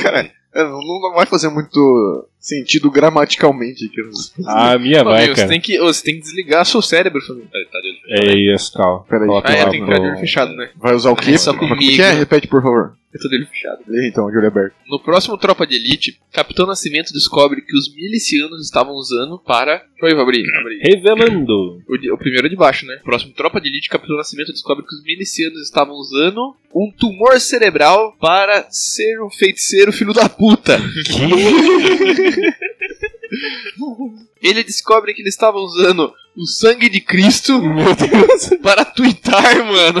Speaker 3: Cara, é, não, não vai fazer muito sentido gramaticalmente aqui. né?
Speaker 2: A Ah, minha
Speaker 5: Ô, meu,
Speaker 2: vai,
Speaker 5: você,
Speaker 2: cara.
Speaker 5: tem que, ô, você tem que desligar seu cérebro, família.
Speaker 6: Tá- tá de olho.
Speaker 2: É isso, Cal.
Speaker 3: Peraí.
Speaker 2: Coloca
Speaker 5: Ah,
Speaker 2: lá
Speaker 5: é, tem que ficar de olho
Speaker 2: pro-
Speaker 5: fechado, né?
Speaker 3: Vai usar o quê?
Speaker 5: É só
Speaker 3: Como
Speaker 5: comigo.
Speaker 3: que é? Repete, por favor.
Speaker 5: Eu tô de olho fechado.
Speaker 3: Lê então, Júlio Alberto.
Speaker 5: No próximo Tropa de Elite, Capitão Nascimento descobre que os milicianos estavam usando para. Deixa eu ver, abrir. abrir.
Speaker 2: Revelando.
Speaker 5: O, de- o primeiro é de baixo, né? Próximo tropa de elite, Capitão Nascimento descobre que os milicianos estavam usando um tumor cerebral para ser um feiticeiro filho da puta. Ele descobre que eles estavam usando o sangue de Cristo
Speaker 2: Meu Deus.
Speaker 5: para twittar, mano.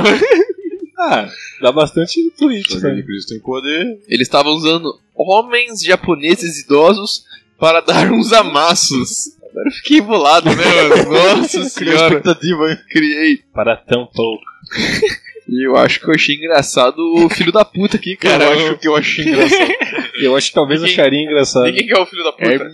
Speaker 2: Ah, dá bastante tweet, né?
Speaker 3: Cristo tem poder.
Speaker 5: Eles estavam usando homens japoneses idosos para dar uns amassos. Agora eu fiquei bolado, né, mano? Nossa
Speaker 3: Criou
Speaker 5: senhora.
Speaker 3: expectativa, hein?
Speaker 5: Criei.
Speaker 2: Para tão pouco.
Speaker 5: E eu acho que eu achei engraçado o filho da puta aqui, cara.
Speaker 3: eu acho que eu achei engraçado.
Speaker 2: Eu acho que talvez
Speaker 5: Ninguém-
Speaker 2: acharia engraçado.
Speaker 5: Ninguém quer o filho da puta.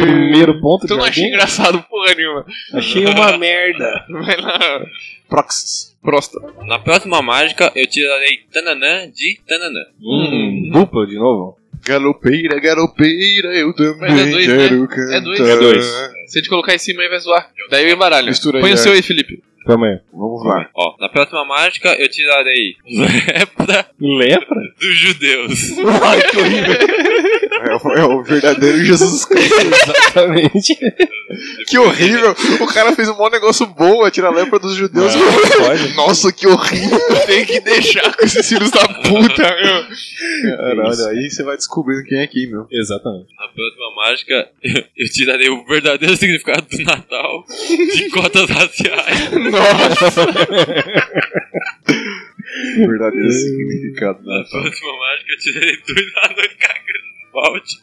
Speaker 2: Ah, Primeiro ponto
Speaker 5: Tu
Speaker 2: de
Speaker 5: não achei
Speaker 2: alguém?
Speaker 5: engraçado porra nenhuma.
Speaker 2: Achei uma merda.
Speaker 5: Vai lá. Proxys. Prosta.
Speaker 6: Na próxima mágica, eu tirarei Tananã de Tananã.
Speaker 2: Hum, dupla de novo?
Speaker 3: Galopeira, galopeira, eu também
Speaker 5: Mas é dois, né?
Speaker 3: quero
Speaker 5: É dois.
Speaker 3: cantar.
Speaker 5: É Se a gente colocar em cima aí vai zoar. Daí eu embaralho.
Speaker 3: Mistura aí,
Speaker 5: Põe o
Speaker 3: é.
Speaker 5: seu aí, Felipe.
Speaker 2: Calma aí, vamos lá.
Speaker 6: Ó, na próxima mágica, eu tirarei Lepra
Speaker 2: Lepra?
Speaker 6: dos judeus.
Speaker 3: Ai, que horrível. É o, é o verdadeiro Jesus Cristo.
Speaker 2: Exatamente.
Speaker 3: Que horrível. O cara fez um mau negócio bom, atirar a lepra dos judeus.
Speaker 2: pode.
Speaker 3: Nossa, que horrível.
Speaker 5: Tem que deixar com esses filhos da puta, meu.
Speaker 3: Caralho, aí você vai descobrindo quem é quem, meu.
Speaker 2: É Exatamente.
Speaker 6: Na próxima mágica, eu tirarei o verdadeiro significado do Natal de cotas raciais.
Speaker 3: O
Speaker 2: Hum.
Speaker 3: verdadeiro significado.
Speaker 6: Na próxima mágica, eu tirarei dois anões cagando no balde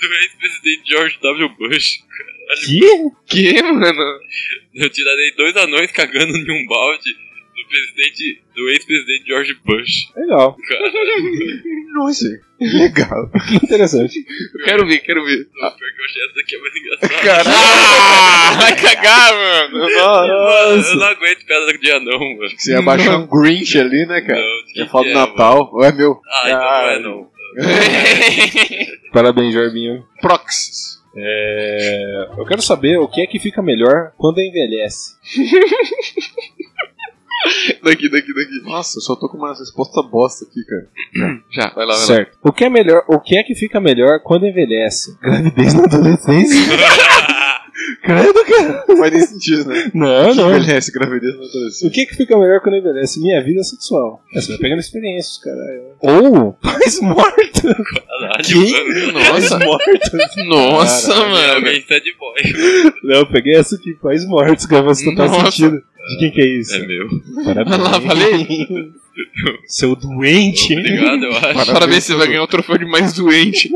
Speaker 6: do ex-presidente George W. Bush.
Speaker 2: Que?
Speaker 5: Que, mano?
Speaker 6: Eu tirarei dois anões cagando em um balde do presidente do ex-presidente George Bush.
Speaker 2: Legal.
Speaker 3: Nossa, legal.
Speaker 2: Que interessante.
Speaker 5: Eu quero ver, quero ver.
Speaker 6: Pior que eu achei essa daqui é mais engraçada.
Speaker 5: Caralho! Ah, Vai cagar, mano.
Speaker 6: Mano, eu não aguento pedra de anão, mano.
Speaker 3: Você ia baixar um Grinch ali, né, cara?
Speaker 6: Não, de
Speaker 3: Ia
Speaker 6: que
Speaker 3: falar do
Speaker 6: é,
Speaker 3: Natal. Ou é meu?
Speaker 6: Ah, então não é não.
Speaker 2: Parabéns, Jorbinho.
Speaker 3: Proxys.
Speaker 2: É, eu quero saber o que é que fica melhor quando envelhece.
Speaker 5: Daqui, daqui, daqui.
Speaker 3: Nossa, eu só tô com uma resposta bosta aqui, cara.
Speaker 5: Já, vai lá, vai lá.
Speaker 2: Certo. O que é melhor? O que é que fica melhor quando envelhece? Gravidez na adolescência? Credo, cara.
Speaker 3: Não faz nem sentido, né?
Speaker 2: Não, não.
Speaker 3: Envelhece, gravidez não
Speaker 2: O que que fica melhor quando envelhece? Minha vida sexual. Você vai pegando experiências, caralho. Ou pais mortos.
Speaker 6: Caralho,
Speaker 2: Que?
Speaker 6: mano.
Speaker 2: Pais mortos.
Speaker 5: Nossa, mano. É
Speaker 6: Realmente tá de boy.
Speaker 2: Não, eu peguei essa aqui, pais mortos, cara. é Você não faz
Speaker 5: Nossa.
Speaker 2: sentido. De quem que é isso?
Speaker 6: É meu.
Speaker 2: Parabéns.
Speaker 5: Vai lá, falei.
Speaker 2: Seu doente.
Speaker 6: Obrigado, eu acho.
Speaker 5: Parabéns, Parabéns, você vai ganhar o troféu de mais doente.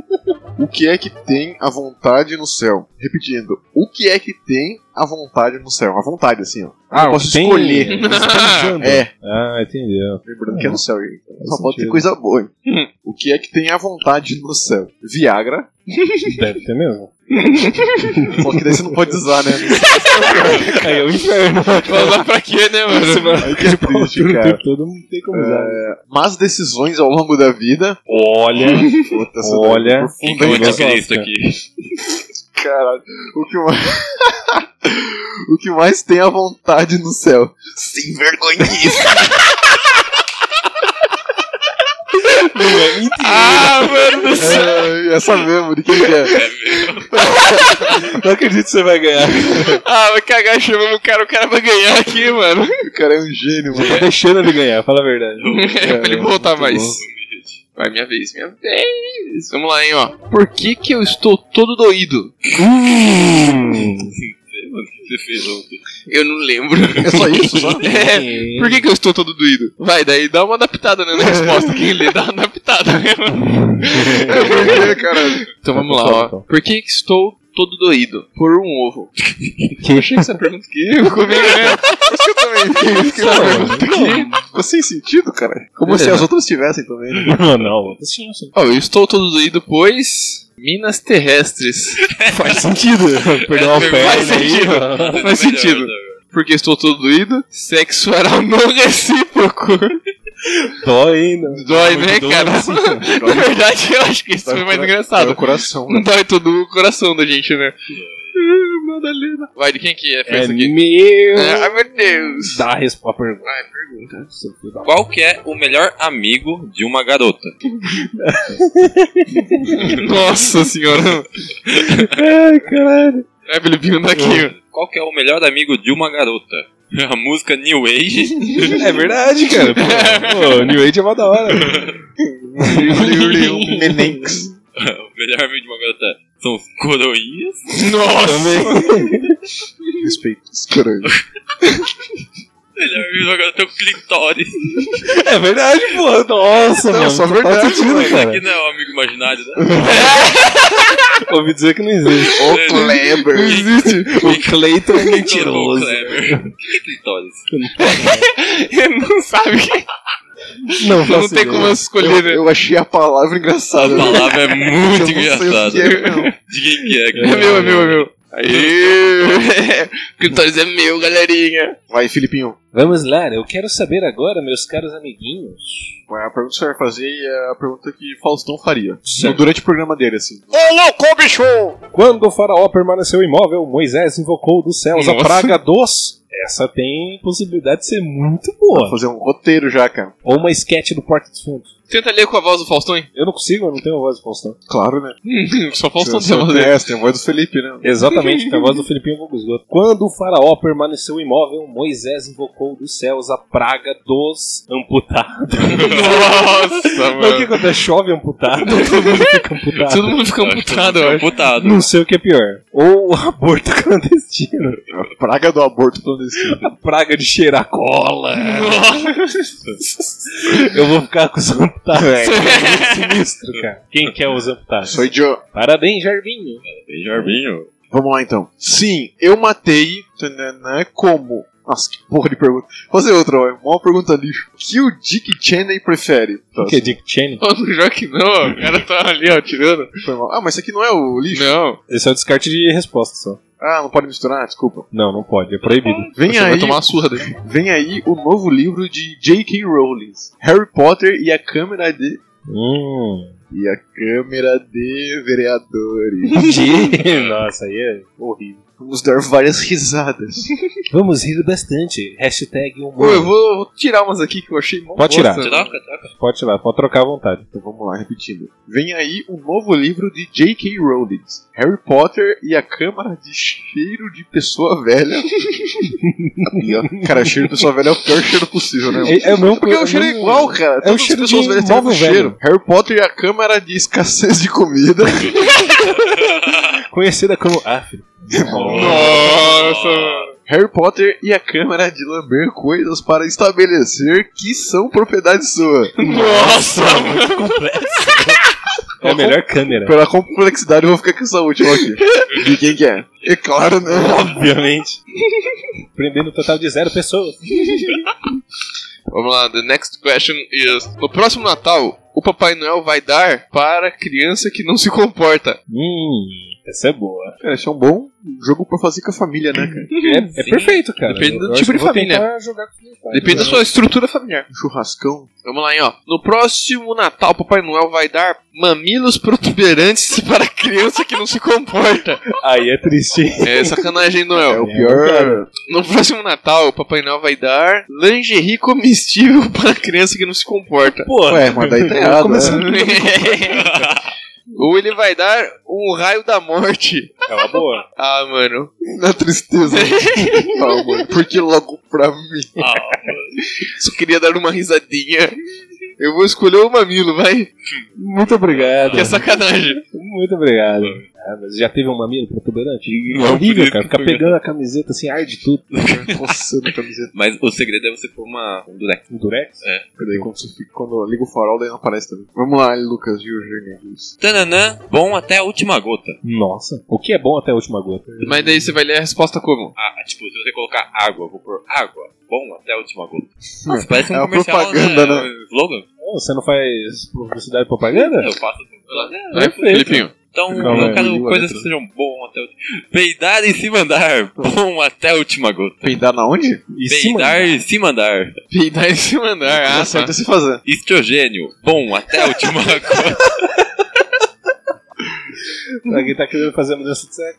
Speaker 3: O que é que tem a vontade no céu? Repetindo, o que é que tem a vontade no céu? A vontade, assim, ó.
Speaker 2: Ah,
Speaker 3: eu posso
Speaker 2: tem-
Speaker 3: escolher.
Speaker 2: Esponjando.
Speaker 3: É,
Speaker 2: Ah, entendeu.
Speaker 3: lembrando que é no céu. hein? Só pode ter
Speaker 2: sentido.
Speaker 3: coisa boa.
Speaker 6: Hum.
Speaker 3: hein? o que é que tem a vontade no céu? Viagra.
Speaker 2: Deve ter mesmo.
Speaker 3: Só que daí você não pode usar, né?
Speaker 2: Aí é o inferno.
Speaker 5: Mas lá pra quê, né, mano?
Speaker 3: Aí um que é triste, cara.
Speaker 2: tipo,
Speaker 3: É.
Speaker 2: Todo mundo tem como usar.
Speaker 3: Más decisões ao longo da vida.
Speaker 2: Olha,
Speaker 3: Puta, essa daí
Speaker 2: olha.
Speaker 6: Fica o anticristo
Speaker 2: Oscar.
Speaker 6: aqui.
Speaker 3: Caralho, o que mais. o que mais tem a vontade no céu? Sem vergonhice.
Speaker 5: Ah, mano do céu.
Speaker 3: É, Essa mesmo, de quem que é?
Speaker 2: Não acredito que você vai ganhar.
Speaker 5: Ah, vai cagar, chamamos o cara, o cara vai ganhar aqui, mano.
Speaker 3: O cara é um gênio, mano.
Speaker 2: Tá deixando ele ganhar, fala a verdade.
Speaker 5: É, pra ele voltar mais. Vai, minha vez, minha vez. Vamos lá, hein, ó. Por que que eu estou todo doído? É.
Speaker 6: Você fez um ontem.
Speaker 5: Eu não lembro.
Speaker 3: É só isso, só?
Speaker 5: É, por que que eu estou todo doído? Vai, daí dá uma adaptada né, na resposta. Quem lê, dá uma adaptada. né, mano?
Speaker 3: É, caralho.
Speaker 5: Então vamos lá, ó. Por que que estou todo doído? Por um ovo. Eu achei essa pergunta aqui. Eu comi, né?
Speaker 3: Eu também fiquei- fiquei uma pergunta aqui. Ficou sem sentido, cara. Como se as outras tivessem também. né?
Speaker 2: Não, não. Sim, sim.
Speaker 5: Ó, eu estou todo doído, pois... Minas terrestres.
Speaker 2: Faz sentido. Perdeu uma perna
Speaker 5: Faz sentido.
Speaker 2: aí. ó.
Speaker 5: Faz
Speaker 6: né?
Speaker 5: sentido. Porque estou todo doído. Sexo anal não recíproco.
Speaker 2: Dói ainda.
Speaker 5: Dói, né,
Speaker 2: Muito
Speaker 5: cara?
Speaker 2: Então,
Speaker 5: Na verdade, eu acho que isso foi mais
Speaker 3: É o
Speaker 5: engraçado.
Speaker 3: coração, né?
Speaker 5: Não dói todo o coração da gente, né? Ah, Madalena. Vai, de quem que é
Speaker 2: É
Speaker 5: festa aqui?
Speaker 2: meu.
Speaker 5: Ah, meu Deus.
Speaker 2: Dá a resposta à pergunta.
Speaker 6: Qual que é o melhor amigo de uma garota?
Speaker 5: Nossa senhora.
Speaker 2: Ai, caralho.
Speaker 5: É, Filipinho, daqui.
Speaker 6: Qual que é o melhor amigo de uma garota? A música New Age?
Speaker 2: É verdade, cara. Pô, pô, New Age é mó da hora.
Speaker 3: Menenx.
Speaker 6: o melhor amigo de uma garota são os coroinhas?
Speaker 5: Nossa.
Speaker 3: Respeito. Caralho.
Speaker 6: O melhor amigo de uma garota é o clitóris.
Speaker 2: É verdade, pô. Nossa,
Speaker 3: Não,
Speaker 2: mano.
Speaker 3: só
Speaker 2: tá
Speaker 3: verdade,
Speaker 2: sentido,
Speaker 3: mano.
Speaker 6: Que
Speaker 2: cara.
Speaker 6: não é um amigo imaginário, né?
Speaker 2: Ouvi dizer que não existe.
Speaker 3: O Kleber.
Speaker 5: Existe.
Speaker 2: O Cleiton é mentiroso.
Speaker 6: Kleber. O que é clitóris?
Speaker 5: Ele não sabe.
Speaker 2: Não,
Speaker 5: Não,
Speaker 2: faço
Speaker 5: tem
Speaker 2: ideia.
Speaker 5: como eu escolher, né?
Speaker 3: Eu, eu achei a palavra engraçada.
Speaker 6: A palavra é
Speaker 3: Tá Eu
Speaker 6: muito
Speaker 3: não sei o que
Speaker 6: engraçada.
Speaker 3: é, não.
Speaker 6: De quem que é?
Speaker 5: É meu, é meu, é meu. Aí, Criptóris é meu, galerinha.
Speaker 3: Vai, Filipinho.
Speaker 2: Vamos lá, eu quero saber agora, meus caros amiguinhos.
Speaker 3: A pergunta que você vai fazer é a pergunta que Faustão faria.
Speaker 2: Certo.
Speaker 3: Durante o programa dele, assim.
Speaker 2: Quando o faraó permaneceu imóvel, Moisés invocou dos céus a
Speaker 5: Nossa.
Speaker 2: praga dos. Essa tem possibilidade de ser muito
Speaker 3: Vou
Speaker 2: boa.
Speaker 3: fazer um roteiro já, cara.
Speaker 2: Ou uma sketch do Porta dos Fundos.
Speaker 5: Tenta ler com a voz do Faustão, hein?
Speaker 2: Eu não consigo, eu não tenho voz de Faustão.
Speaker 3: Claro, né?
Speaker 5: Só Faustão
Speaker 3: Você-
Speaker 5: tem
Speaker 3: você
Speaker 5: voz dele.
Speaker 3: conhece, tem a voz do Felipe, né?
Speaker 2: Exatamente, tem a voz do Filipinho Gomes Goto. Quando o faraó permaneceu imóvel, Moisés invocou dos céus a praga dos amputados.
Speaker 5: Nossa,
Speaker 2: Mas o que
Speaker 5: mano.
Speaker 2: acontece? Chove amputado? Todo mundo fica amputado.
Speaker 5: Todo mundo fica amputado,
Speaker 6: é
Speaker 5: eu acho.
Speaker 6: Amputado.
Speaker 2: Não sei o que é pior. Ou o aborto clandestino.
Speaker 3: A praga do aborto clandestino.
Speaker 2: A praga de cheirar cola. Eu vou ficar com os amputados. É, muito sinistro, cara. Quem quer os amputados?
Speaker 3: Sou idiota.
Speaker 2: Parabéns, Jarvinho.
Speaker 6: Tem Jarbinho.
Speaker 3: Vamos lá, então. Sim, eu matei. Tananã, como? Nossa, que porra de pergunta. Vou fazer outra, ó. Uma pergunta lixo. Que o Dick Cheney prefere? Tá,
Speaker 2: O que é Dick Cheney?
Speaker 5: Não, não joga que não, o cara tá ali, ó, tirando.
Speaker 3: foi mal. Ah, mas isso aqui não é o lixo?
Speaker 5: Não,
Speaker 2: Esse é o descarte de resposta só.
Speaker 3: Ah, não pode misturar? Desculpa.
Speaker 2: Não, não pode. É proibido.
Speaker 3: Vem
Speaker 5: você
Speaker 3: aí.
Speaker 5: vai tomar uma surra dele.
Speaker 3: Vem aí o novo livro de J.K. Rowling: Harry Potter e a Câmara de.
Speaker 2: Hum.
Speaker 3: E a Câmara de Vereadores.
Speaker 2: Nossa, aí é horrível.
Speaker 3: Vamos dar várias risadas.
Speaker 2: Vamos rir bastante. Hashtag
Speaker 5: Pô,
Speaker 2: humor.
Speaker 5: eu vou, vou tirar umas aqui que eu achei mó
Speaker 2: Pode
Speaker 5: bosta,
Speaker 2: tirar.
Speaker 5: mano.
Speaker 6: Troca, troca.
Speaker 2: Pode tirar, pode trocar à vontade.
Speaker 3: Então vamos lá, repetindo. Vem aí o novo livro de J.K. Rowling: Harry Potter e a Câmara de Cheiro de Pessoa Velha. cara, cheiro de pessoa velha é o pior cheiro possível, né? mano?
Speaker 2: É, é o mesmo
Speaker 3: Porque o cheiro é igual, cara.
Speaker 2: É o
Speaker 3: Todas as
Speaker 2: cheiro
Speaker 3: pessoas
Speaker 2: de
Speaker 3: velhas têm o mesmo
Speaker 2: móvel velho.
Speaker 3: cheiro. Harry Potter e a Câmara de Escassez de Comida.
Speaker 2: Conhecida como Afro.
Speaker 5: Nossa, mano.
Speaker 3: Harry Potter e a Câmara de Lamber Coisas para estabelecer que são propriedade sua.
Speaker 5: Nossa, mano.
Speaker 2: É a melhor câmera.
Speaker 3: Pela complexidade, eu vou ficar com essa última aqui. De quem que é? É claro, né?
Speaker 2: Obviamente. Prendendo um total de zero pessoas.
Speaker 5: Vamos lá, the next question is... No próximo Natal, o Papai Noel vai dar para criança que não se comporta.
Speaker 2: Hum, essa é boa.
Speaker 3: Cara, isso é um bom jogo pra fazer com a família, né, cara?
Speaker 2: É, é perfeito, cara.
Speaker 5: Depende do
Speaker 2: Eu acho
Speaker 5: tipo
Speaker 2: que
Speaker 5: de
Speaker 2: eu vou
Speaker 5: família.
Speaker 2: tentar jogar com meu pai.
Speaker 5: Depende da sua estrutura familiar.
Speaker 3: Um churrascão.
Speaker 5: Vamos lá, hein, ó. No próximo Natal, o Papai Noel vai dar mamilos protuberantes para criança que não se comporta.
Speaker 2: Aí é triste.
Speaker 5: É sacanagem,
Speaker 3: É
Speaker 5: Noel.
Speaker 3: o pior.
Speaker 5: No próximo Natal, o Papai Noel vai dar lingerie comestível para criança que não se comporta.
Speaker 2: Pô,
Speaker 3: Ué, mas daí tá errado.
Speaker 2: Começando-
Speaker 3: né?
Speaker 5: Ou ele vai dar um raio da morte.
Speaker 2: é uma boa.
Speaker 5: Ah, mano.
Speaker 3: Na tristeza.
Speaker 5: Ah,
Speaker 3: Não, mano. Porque logo pra mim.
Speaker 5: Só queria dar uma risadinha. Eu vou escolher o mamilo, vai.
Speaker 2: Muito obrigado.
Speaker 5: Que é sacanagem.
Speaker 2: Muito obrigado. Ah, mas já teve um mamilo protuberante?
Speaker 6: Não,
Speaker 2: É horrível,
Speaker 6: por
Speaker 2: cara. Ficar pegando a camiseta assim, arde tudo.
Speaker 5: assim?
Speaker 3: Coçando a camiseta.
Speaker 6: Mas o segredo é você pôr uma... um durex.
Speaker 2: Um durex?
Speaker 3: Daí quando, você fica- quando liga o farol, daí não aparece também. Vamos lá, Lucas e o Júnior.
Speaker 6: Tananã, bom até a última gota.
Speaker 2: Nossa. O que é bom até a última gota?
Speaker 5: Mas daí você vai ler a resposta como?
Speaker 6: Ah, tipo, se você colocar água, eu vou pôr água. Bom até a última gota. Nossa, parece um
Speaker 3: É uma
Speaker 6: comercial,
Speaker 3: propaganda,
Speaker 6: né? Slogan.
Speaker 2: Oh, você não faz publicidade e propaganda?
Speaker 6: Eu faço...
Speaker 5: né?
Speaker 6: É,
Speaker 2: Ah, Perfeito.
Speaker 5: Filipinho.
Speaker 6: Então,
Speaker 2: Não,
Speaker 6: eu
Speaker 2: é,
Speaker 6: quero
Speaker 3: viu a
Speaker 6: coisas
Speaker 3: letra.
Speaker 6: que sejam bom até a última... Peidar e se mandar. Bom até a última gota.
Speaker 3: Peidar na onde?
Speaker 2: E se
Speaker 6: Peidar e se mandar.
Speaker 5: Peidar em cima andar. Ah,
Speaker 3: Ah,
Speaker 5: tá.
Speaker 3: certo é se fazer.
Speaker 6: Estrogênio. Bom até a última gota.
Speaker 2: Pra quem tá querendo fazer a mudança de sexo.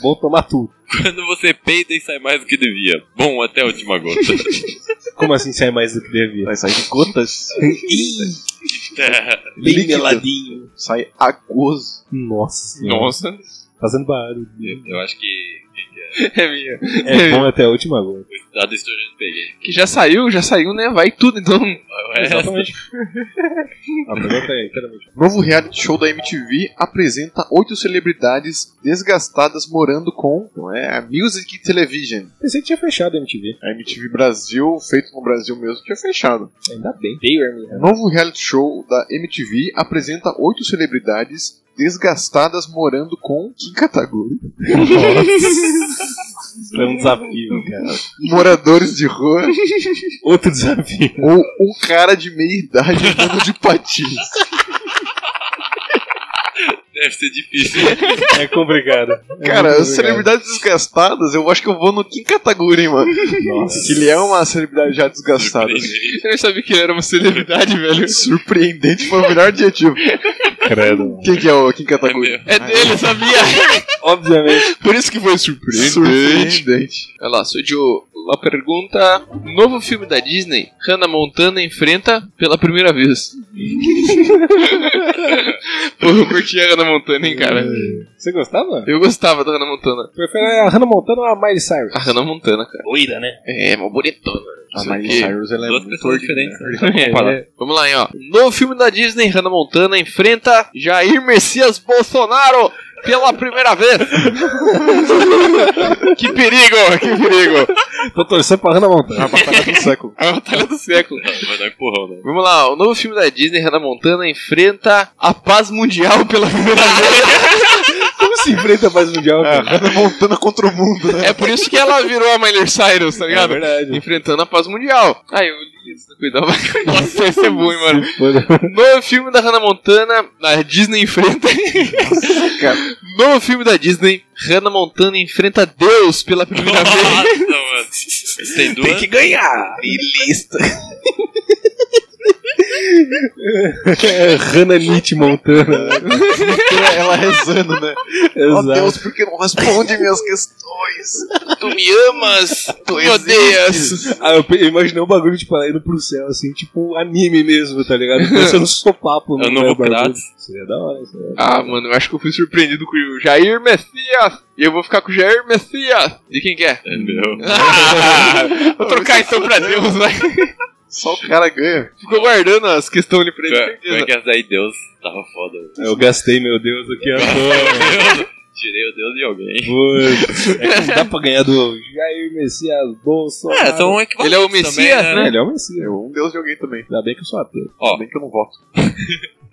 Speaker 2: Bom tomar tudo.
Speaker 6: Quando você peida e sai mais do que devia. Bom até a última gota.
Speaker 2: Como assim sai mais do que devia?
Speaker 3: Vai sair de gotas.
Speaker 2: Bem
Speaker 3: Líquido.
Speaker 2: meladinho.
Speaker 3: Sai aquoso.
Speaker 2: Nossa senhora.
Speaker 5: Nossa.
Speaker 2: Fazendo barulho.
Speaker 6: eu acho que...
Speaker 5: É minha.
Speaker 2: É bom até a última gota.
Speaker 6: A do estrogênio peguei.
Speaker 5: Que já saiu, já saiu, né? Vai tudo, então.
Speaker 6: É.
Speaker 2: Exatamente. A pergunta é inteiramente.
Speaker 3: Novo reality show da MTV apresenta oito celebridades desgastadas morando com não é, a Music Television.
Speaker 2: Pensei que tinha fechado a MTV.
Speaker 3: A MTV Brasil, feito no Brasil mesmo, tinha fechado.
Speaker 2: Ainda bem. Veio a
Speaker 3: O
Speaker 2: minha.
Speaker 3: novo reality show da MTV apresenta oito celebridades desgastadas morando com que categoria?
Speaker 2: Isso é um desafio, cara.
Speaker 3: Moradores de rua
Speaker 2: Outro desafio.
Speaker 3: ou um cara de meia idade andando de patins.
Speaker 5: Deve ser difícil.
Speaker 2: É complicado. É
Speaker 3: Cara,
Speaker 2: muito
Speaker 3: as celebridades desgastadas, eu acho que eu vou no Kim Kataguiri, mano.
Speaker 2: Nossa.
Speaker 3: Que ele é uma celebridade já desgastada.
Speaker 5: Você nem sabia que ele era uma celebridade, velho.
Speaker 3: Surpreendente foi Tipo, é o melhor adjetivo.
Speaker 2: Credo.
Speaker 3: Quem que é o Kim
Speaker 6: É
Speaker 3: Kataguiri?
Speaker 6: meu.
Speaker 5: É dele, eu sabia?
Speaker 2: Obviamente.
Speaker 5: Por isso que foi surpreendente.
Speaker 3: Surpreendente.
Speaker 5: Olha lá, sou Joe. La pergunta: Novo filme da Disney, Hannah Montana enfrenta pela primeira vez. Pô, eu curti a Hannah Montana, hein, cara.
Speaker 2: Você gostava?
Speaker 5: Eu gostava da Hannah Montana.
Speaker 2: Prefere é a Hannah Montana ou a Miley Cyrus?
Speaker 5: A Hannah Montana, cara.
Speaker 6: Doida, né?
Speaker 5: É, uma bonitona.
Speaker 2: Ah,
Speaker 3: A
Speaker 5: Não sei o
Speaker 3: Miley
Speaker 5: quê.
Speaker 3: Cyrus, ela é
Speaker 6: Duas
Speaker 3: muito
Speaker 6: pessoas
Speaker 3: ordinária.
Speaker 6: diferentes. um
Speaker 5: É,
Speaker 6: né? Comparar.
Speaker 5: Vamos lá, hein, ó. Novo filme da Disney, Hannah Montana enfrenta Jair Messias Bolsonaro pela primeira vez. que perigo, que perigo.
Speaker 2: É. Tô torcendo pra Hannah Montana.
Speaker 3: A batalha do século.
Speaker 5: A batalha do século.
Speaker 6: Vai dar um empurrão, né?
Speaker 5: Vamos lá, o novo filme da Disney, Hannah Montana, enfrenta a paz mundial pela primeira vez.
Speaker 2: Como se enfrenta mais mundial,
Speaker 3: A
Speaker 2: cara?
Speaker 3: Ah, Hannah Montana contra o mundo, né?
Speaker 5: É por isso que ela virou a Miley Cyrus, tá ligado?
Speaker 2: verdade.
Speaker 5: Enfrentando a paz mundial. Ah, eu li isso, cuidado. Nossa, isso é bom, hein, mano.
Speaker 2: Foda-
Speaker 5: Novo filme da Hannah Montana, a Disney enfrenta.
Speaker 3: cara.
Speaker 5: Novo filme da Disney, Hannah Montana enfrenta Deus pela primeira vez.
Speaker 6: Nossa, mano. Tem duas.
Speaker 2: ganhar! E lista! é, Hannah Nietzsche Montana.
Speaker 3: Ela rezando, né? Ó Deus, por que não responde minhas questões?
Speaker 5: Tu me amas, tu me odeias.
Speaker 2: Ah, eu pe- eu imaginei um bagulho, tipo, ela indo pro céu, assim, tipo anime mesmo, tá ligado? Pensando sopapo
Speaker 6: É o
Speaker 2: né,
Speaker 6: novo
Speaker 2: bagulho.
Speaker 6: Kratos.
Speaker 2: Seria da hora, isso aí.
Speaker 5: Ah, mano, eu acho que eu fui surpreendido com o Jair Messias. E eu vou ficar com o Jair Messias. De quem que é?
Speaker 6: É meu.
Speaker 5: Ah, vou trocar então pra Deus, vai.
Speaker 3: Só o cara ganha.
Speaker 5: Ficou guardando as questões ali pra ele,
Speaker 6: Pior- Pior
Speaker 5: certeza.
Speaker 6: é que essa daí, Deus, tava foda. mano.
Speaker 2: Eu gastei, meu Deus, aqui, ó.
Speaker 6: Tirei o Deus de alguém.
Speaker 2: Putz. É que não dá pra ganhar do Jair Messias Bolsonaro.
Speaker 6: É, são um equivalente.
Speaker 5: Ele é o Messias,
Speaker 6: também, né?
Speaker 2: É, ele é o Messias.
Speaker 3: Eu, um Deus de alguém também.
Speaker 2: Ainda bem que eu sou ateu.
Speaker 6: Ó.
Speaker 3: Bem que eu não voto.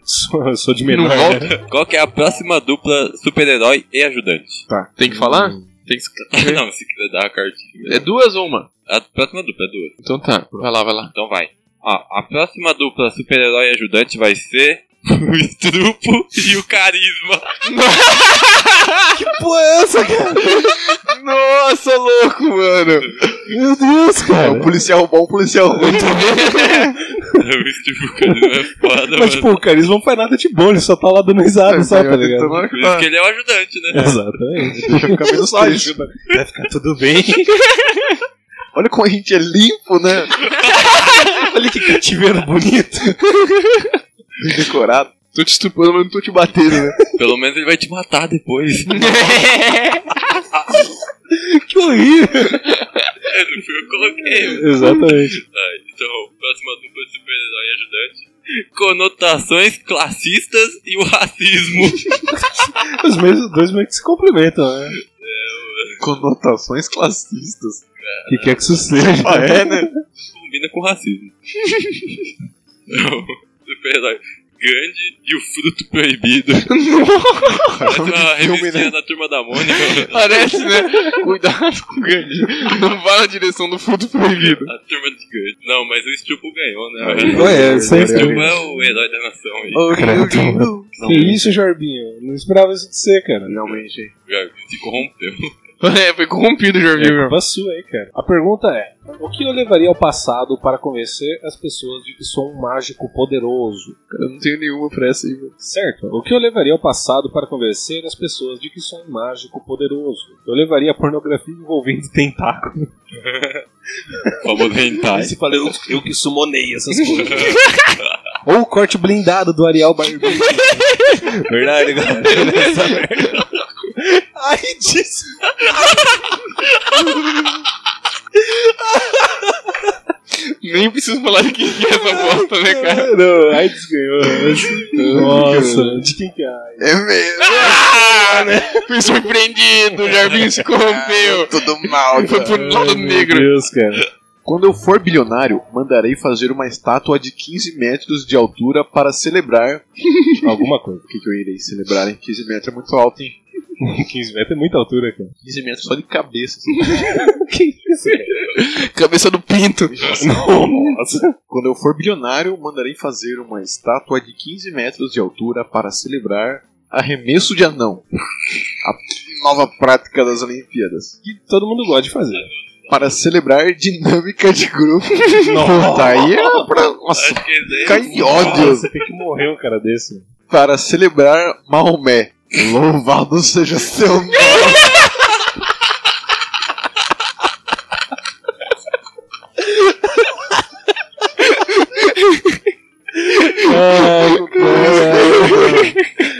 Speaker 2: Sou, sou de
Speaker 5: Não
Speaker 2: menor, né?
Speaker 5: volta?
Speaker 6: Qual que é a próxima dupla super-herói e ajudante?
Speaker 5: é? Tem que falar? Tem que...
Speaker 6: Não, se quiser dar a cartinha.
Speaker 5: É duas ou uma?
Speaker 6: A próxima dupla é duas.
Speaker 5: Então tá, vai lá, vai lá.
Speaker 6: Então vai. Ó, a próxima dupla super-herói e ajudante vai ser o estrupo e o carisma.
Speaker 2: Pô, é essa, cara?
Speaker 5: Nossa, louco, mano.
Speaker 2: Meu Deus,
Speaker 3: Tá É,
Speaker 2: cara.
Speaker 3: um policial bom, um policial ruim.
Speaker 6: o estrupo e o carisma é foda,
Speaker 2: Mas,
Speaker 6: mano.
Speaker 2: tipo, o carisma não faz nada de bom, ele só tá lá dando risada, só, tá ligado?
Speaker 3: Tomara
Speaker 6: Por
Speaker 3: que
Speaker 6: isso
Speaker 3: tá.
Speaker 6: que ele é o ajudante, né?
Speaker 2: Exatamente.
Speaker 3: Deixa eu ficar menos triste.
Speaker 2: Vai ficar tudo bem.
Speaker 3: Olha como a gente é limpo, né?
Speaker 2: Olha que cativeiro bonito.
Speaker 3: Bem decorado.
Speaker 5: Tô te estuprando, mas não tô te batendo, né?
Speaker 6: Pelo menos ele vai te matar depois.
Speaker 2: Que horrível.
Speaker 6: Eu coloquei, mano.
Speaker 2: Exatamente.
Speaker 6: Então, próxima dupla de super-herói e ajudante. Conotações classistas e o racismo.
Speaker 2: Os mesmos dois meio que se complementam, né?
Speaker 3: Conotações classistas.
Speaker 2: O que quer que isso seja.
Speaker 3: Ah, é, né?
Speaker 6: Combina com racismo. Então, super-herói. Gandhi e o fruto proibido. Parece uma revistinha da turma da Mônica.
Speaker 5: Parece, né? Cuidado com o Gandhi. Não vá na direção do fruto proibido.
Speaker 6: A turma de Gandhi. Não, mas o Estrupo ganhou, né?
Speaker 2: Ué, é,
Speaker 6: o
Speaker 2: sem
Speaker 6: Estrupo é o herói da nação. aí.
Speaker 3: Ô,
Speaker 2: Credo.
Speaker 3: que lindo.
Speaker 2: Que isso, Jorbinho? Não esperava isso de você, cara.
Speaker 3: Realmente,
Speaker 2: Oh.
Speaker 3: hein?
Speaker 6: Se corrompeu.
Speaker 5: É, foi corrompido o
Speaker 2: É
Speaker 5: Jorginho.
Speaker 2: culpa sua, hein, cara. A pergunta é: o que eu levaria ao passado para convencer as pessoas de que sou um mágico poderoso?
Speaker 5: Eu não tenho nenhuma pra essa aí, velho.
Speaker 2: Certo. O que eu levaria ao passado para convencer as pessoas de que sou um mágico poderoso? Eu levaria pornografia envolvendo tentáculo.
Speaker 6: Famoso hentai.
Speaker 2: Esse falei, eu, eu que sumonei essas coisas. Ou o corte blindado do Ariel Barbieri. Verdade, galera. Essa merda. Ai, disso.
Speaker 5: Nem preciso falar de quem que é essa bosta, né, cara?
Speaker 2: Não, ai, desganhou. Nossa, de quem que é?
Speaker 3: É mesmo.
Speaker 5: Ah, né? Ah, Fui surpreendido, o Jorginho se corrompeu.
Speaker 3: Tudo mal.
Speaker 5: Foi pro lado
Speaker 2: Meu
Speaker 5: negro.
Speaker 2: Deus, cara.
Speaker 3: Quando eu for bilionário, mandarei fazer uma estátua de 15 metros de altura para celebrar.
Speaker 2: Alguma coisa.
Speaker 3: O que, que eu irei celebrar, hein? 15 metros é muito alto, hein?
Speaker 2: 15 metros é muita altura, cara.
Speaker 3: 15 metros só de cabeça. assim.
Speaker 2: Que isso, cara?
Speaker 5: Cabeça do pinto.
Speaker 2: Nossa.
Speaker 3: Quando eu for bilionário, mandarei fazer uma estátua de 15 metros de altura para celebrar arremesso de anão. A nova prática das Olimpíadas.
Speaker 2: Que todo mundo gosta de fazer.
Speaker 3: Para celebrar dinâmica de grupo. Pô, tá aí é pra... Nossa,
Speaker 6: Acho que esse
Speaker 3: cai em ódio.
Speaker 2: Você tem que morrer um cara desse.
Speaker 3: Para celebrar Maomé. Louvado seja seu nome.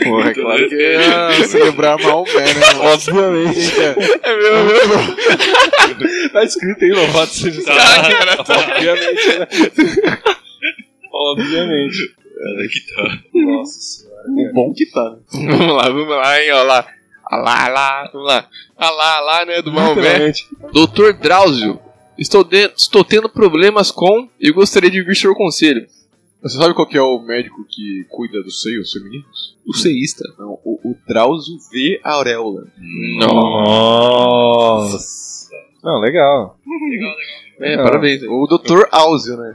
Speaker 3: Porra, é claro que é celebrar Maomé, né? mano?
Speaker 2: Obviamente.
Speaker 3: Eita,
Speaker 5: É meu, meu.
Speaker 2: Tá escrito aí, louvado seja o
Speaker 6: Tá.
Speaker 5: Ah, cara, tá.
Speaker 2: Obviamente, né? Obviamente. tá. Nossa senhora.
Speaker 3: o bom que tá.
Speaker 5: Vamos lá, vamos lá, hein, ó lá. Ó lá, ó lá, vamos lá. Ó lá, ó lá, né, do Maomé.
Speaker 2: Obviamente.
Speaker 5: Doutor Drauzio, estou, de- estou tendo problemas com e gostaria de ouvir seu conselho.
Speaker 3: Você sabe qual que é o médico que cuida dos seios femininos?
Speaker 5: O ceísta.
Speaker 3: Não, o, o Drauzio V. Aureola.
Speaker 2: Nossa. Não, legal.
Speaker 5: É, parabéns.
Speaker 3: O Dr. Áuzio, né?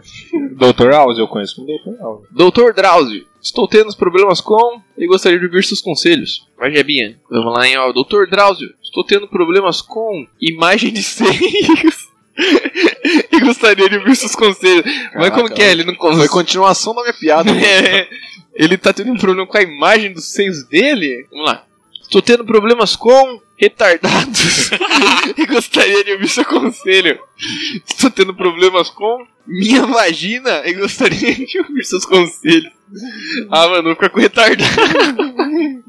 Speaker 2: Doutor Alves, eu conheço um Doutor Alves.
Speaker 5: Doutor Drauzio, estou tendo problemas com e gostaria de ouvir seus conselhos. Vai, Jebinha. Vamos lá, hein, ó. Doutor Drauzio, estou tendo problemas com imagem de seios. e gostaria de ouvir seus conselhos. Mas como
Speaker 3: Caraca.
Speaker 5: que é? Ele não
Speaker 3: Foi
Speaker 5: consegue.
Speaker 3: continuação da minha piada.
Speaker 5: É, ele tá tendo um problema com a imagem dos seios dele? Vamos lá. Tô tendo problemas com retardados. e gostaria de ouvir seu conselho. Estou tendo problemas com minha vagina e gostaria de ouvir seus conselhos. Ah, mano, vou ficar com retardado.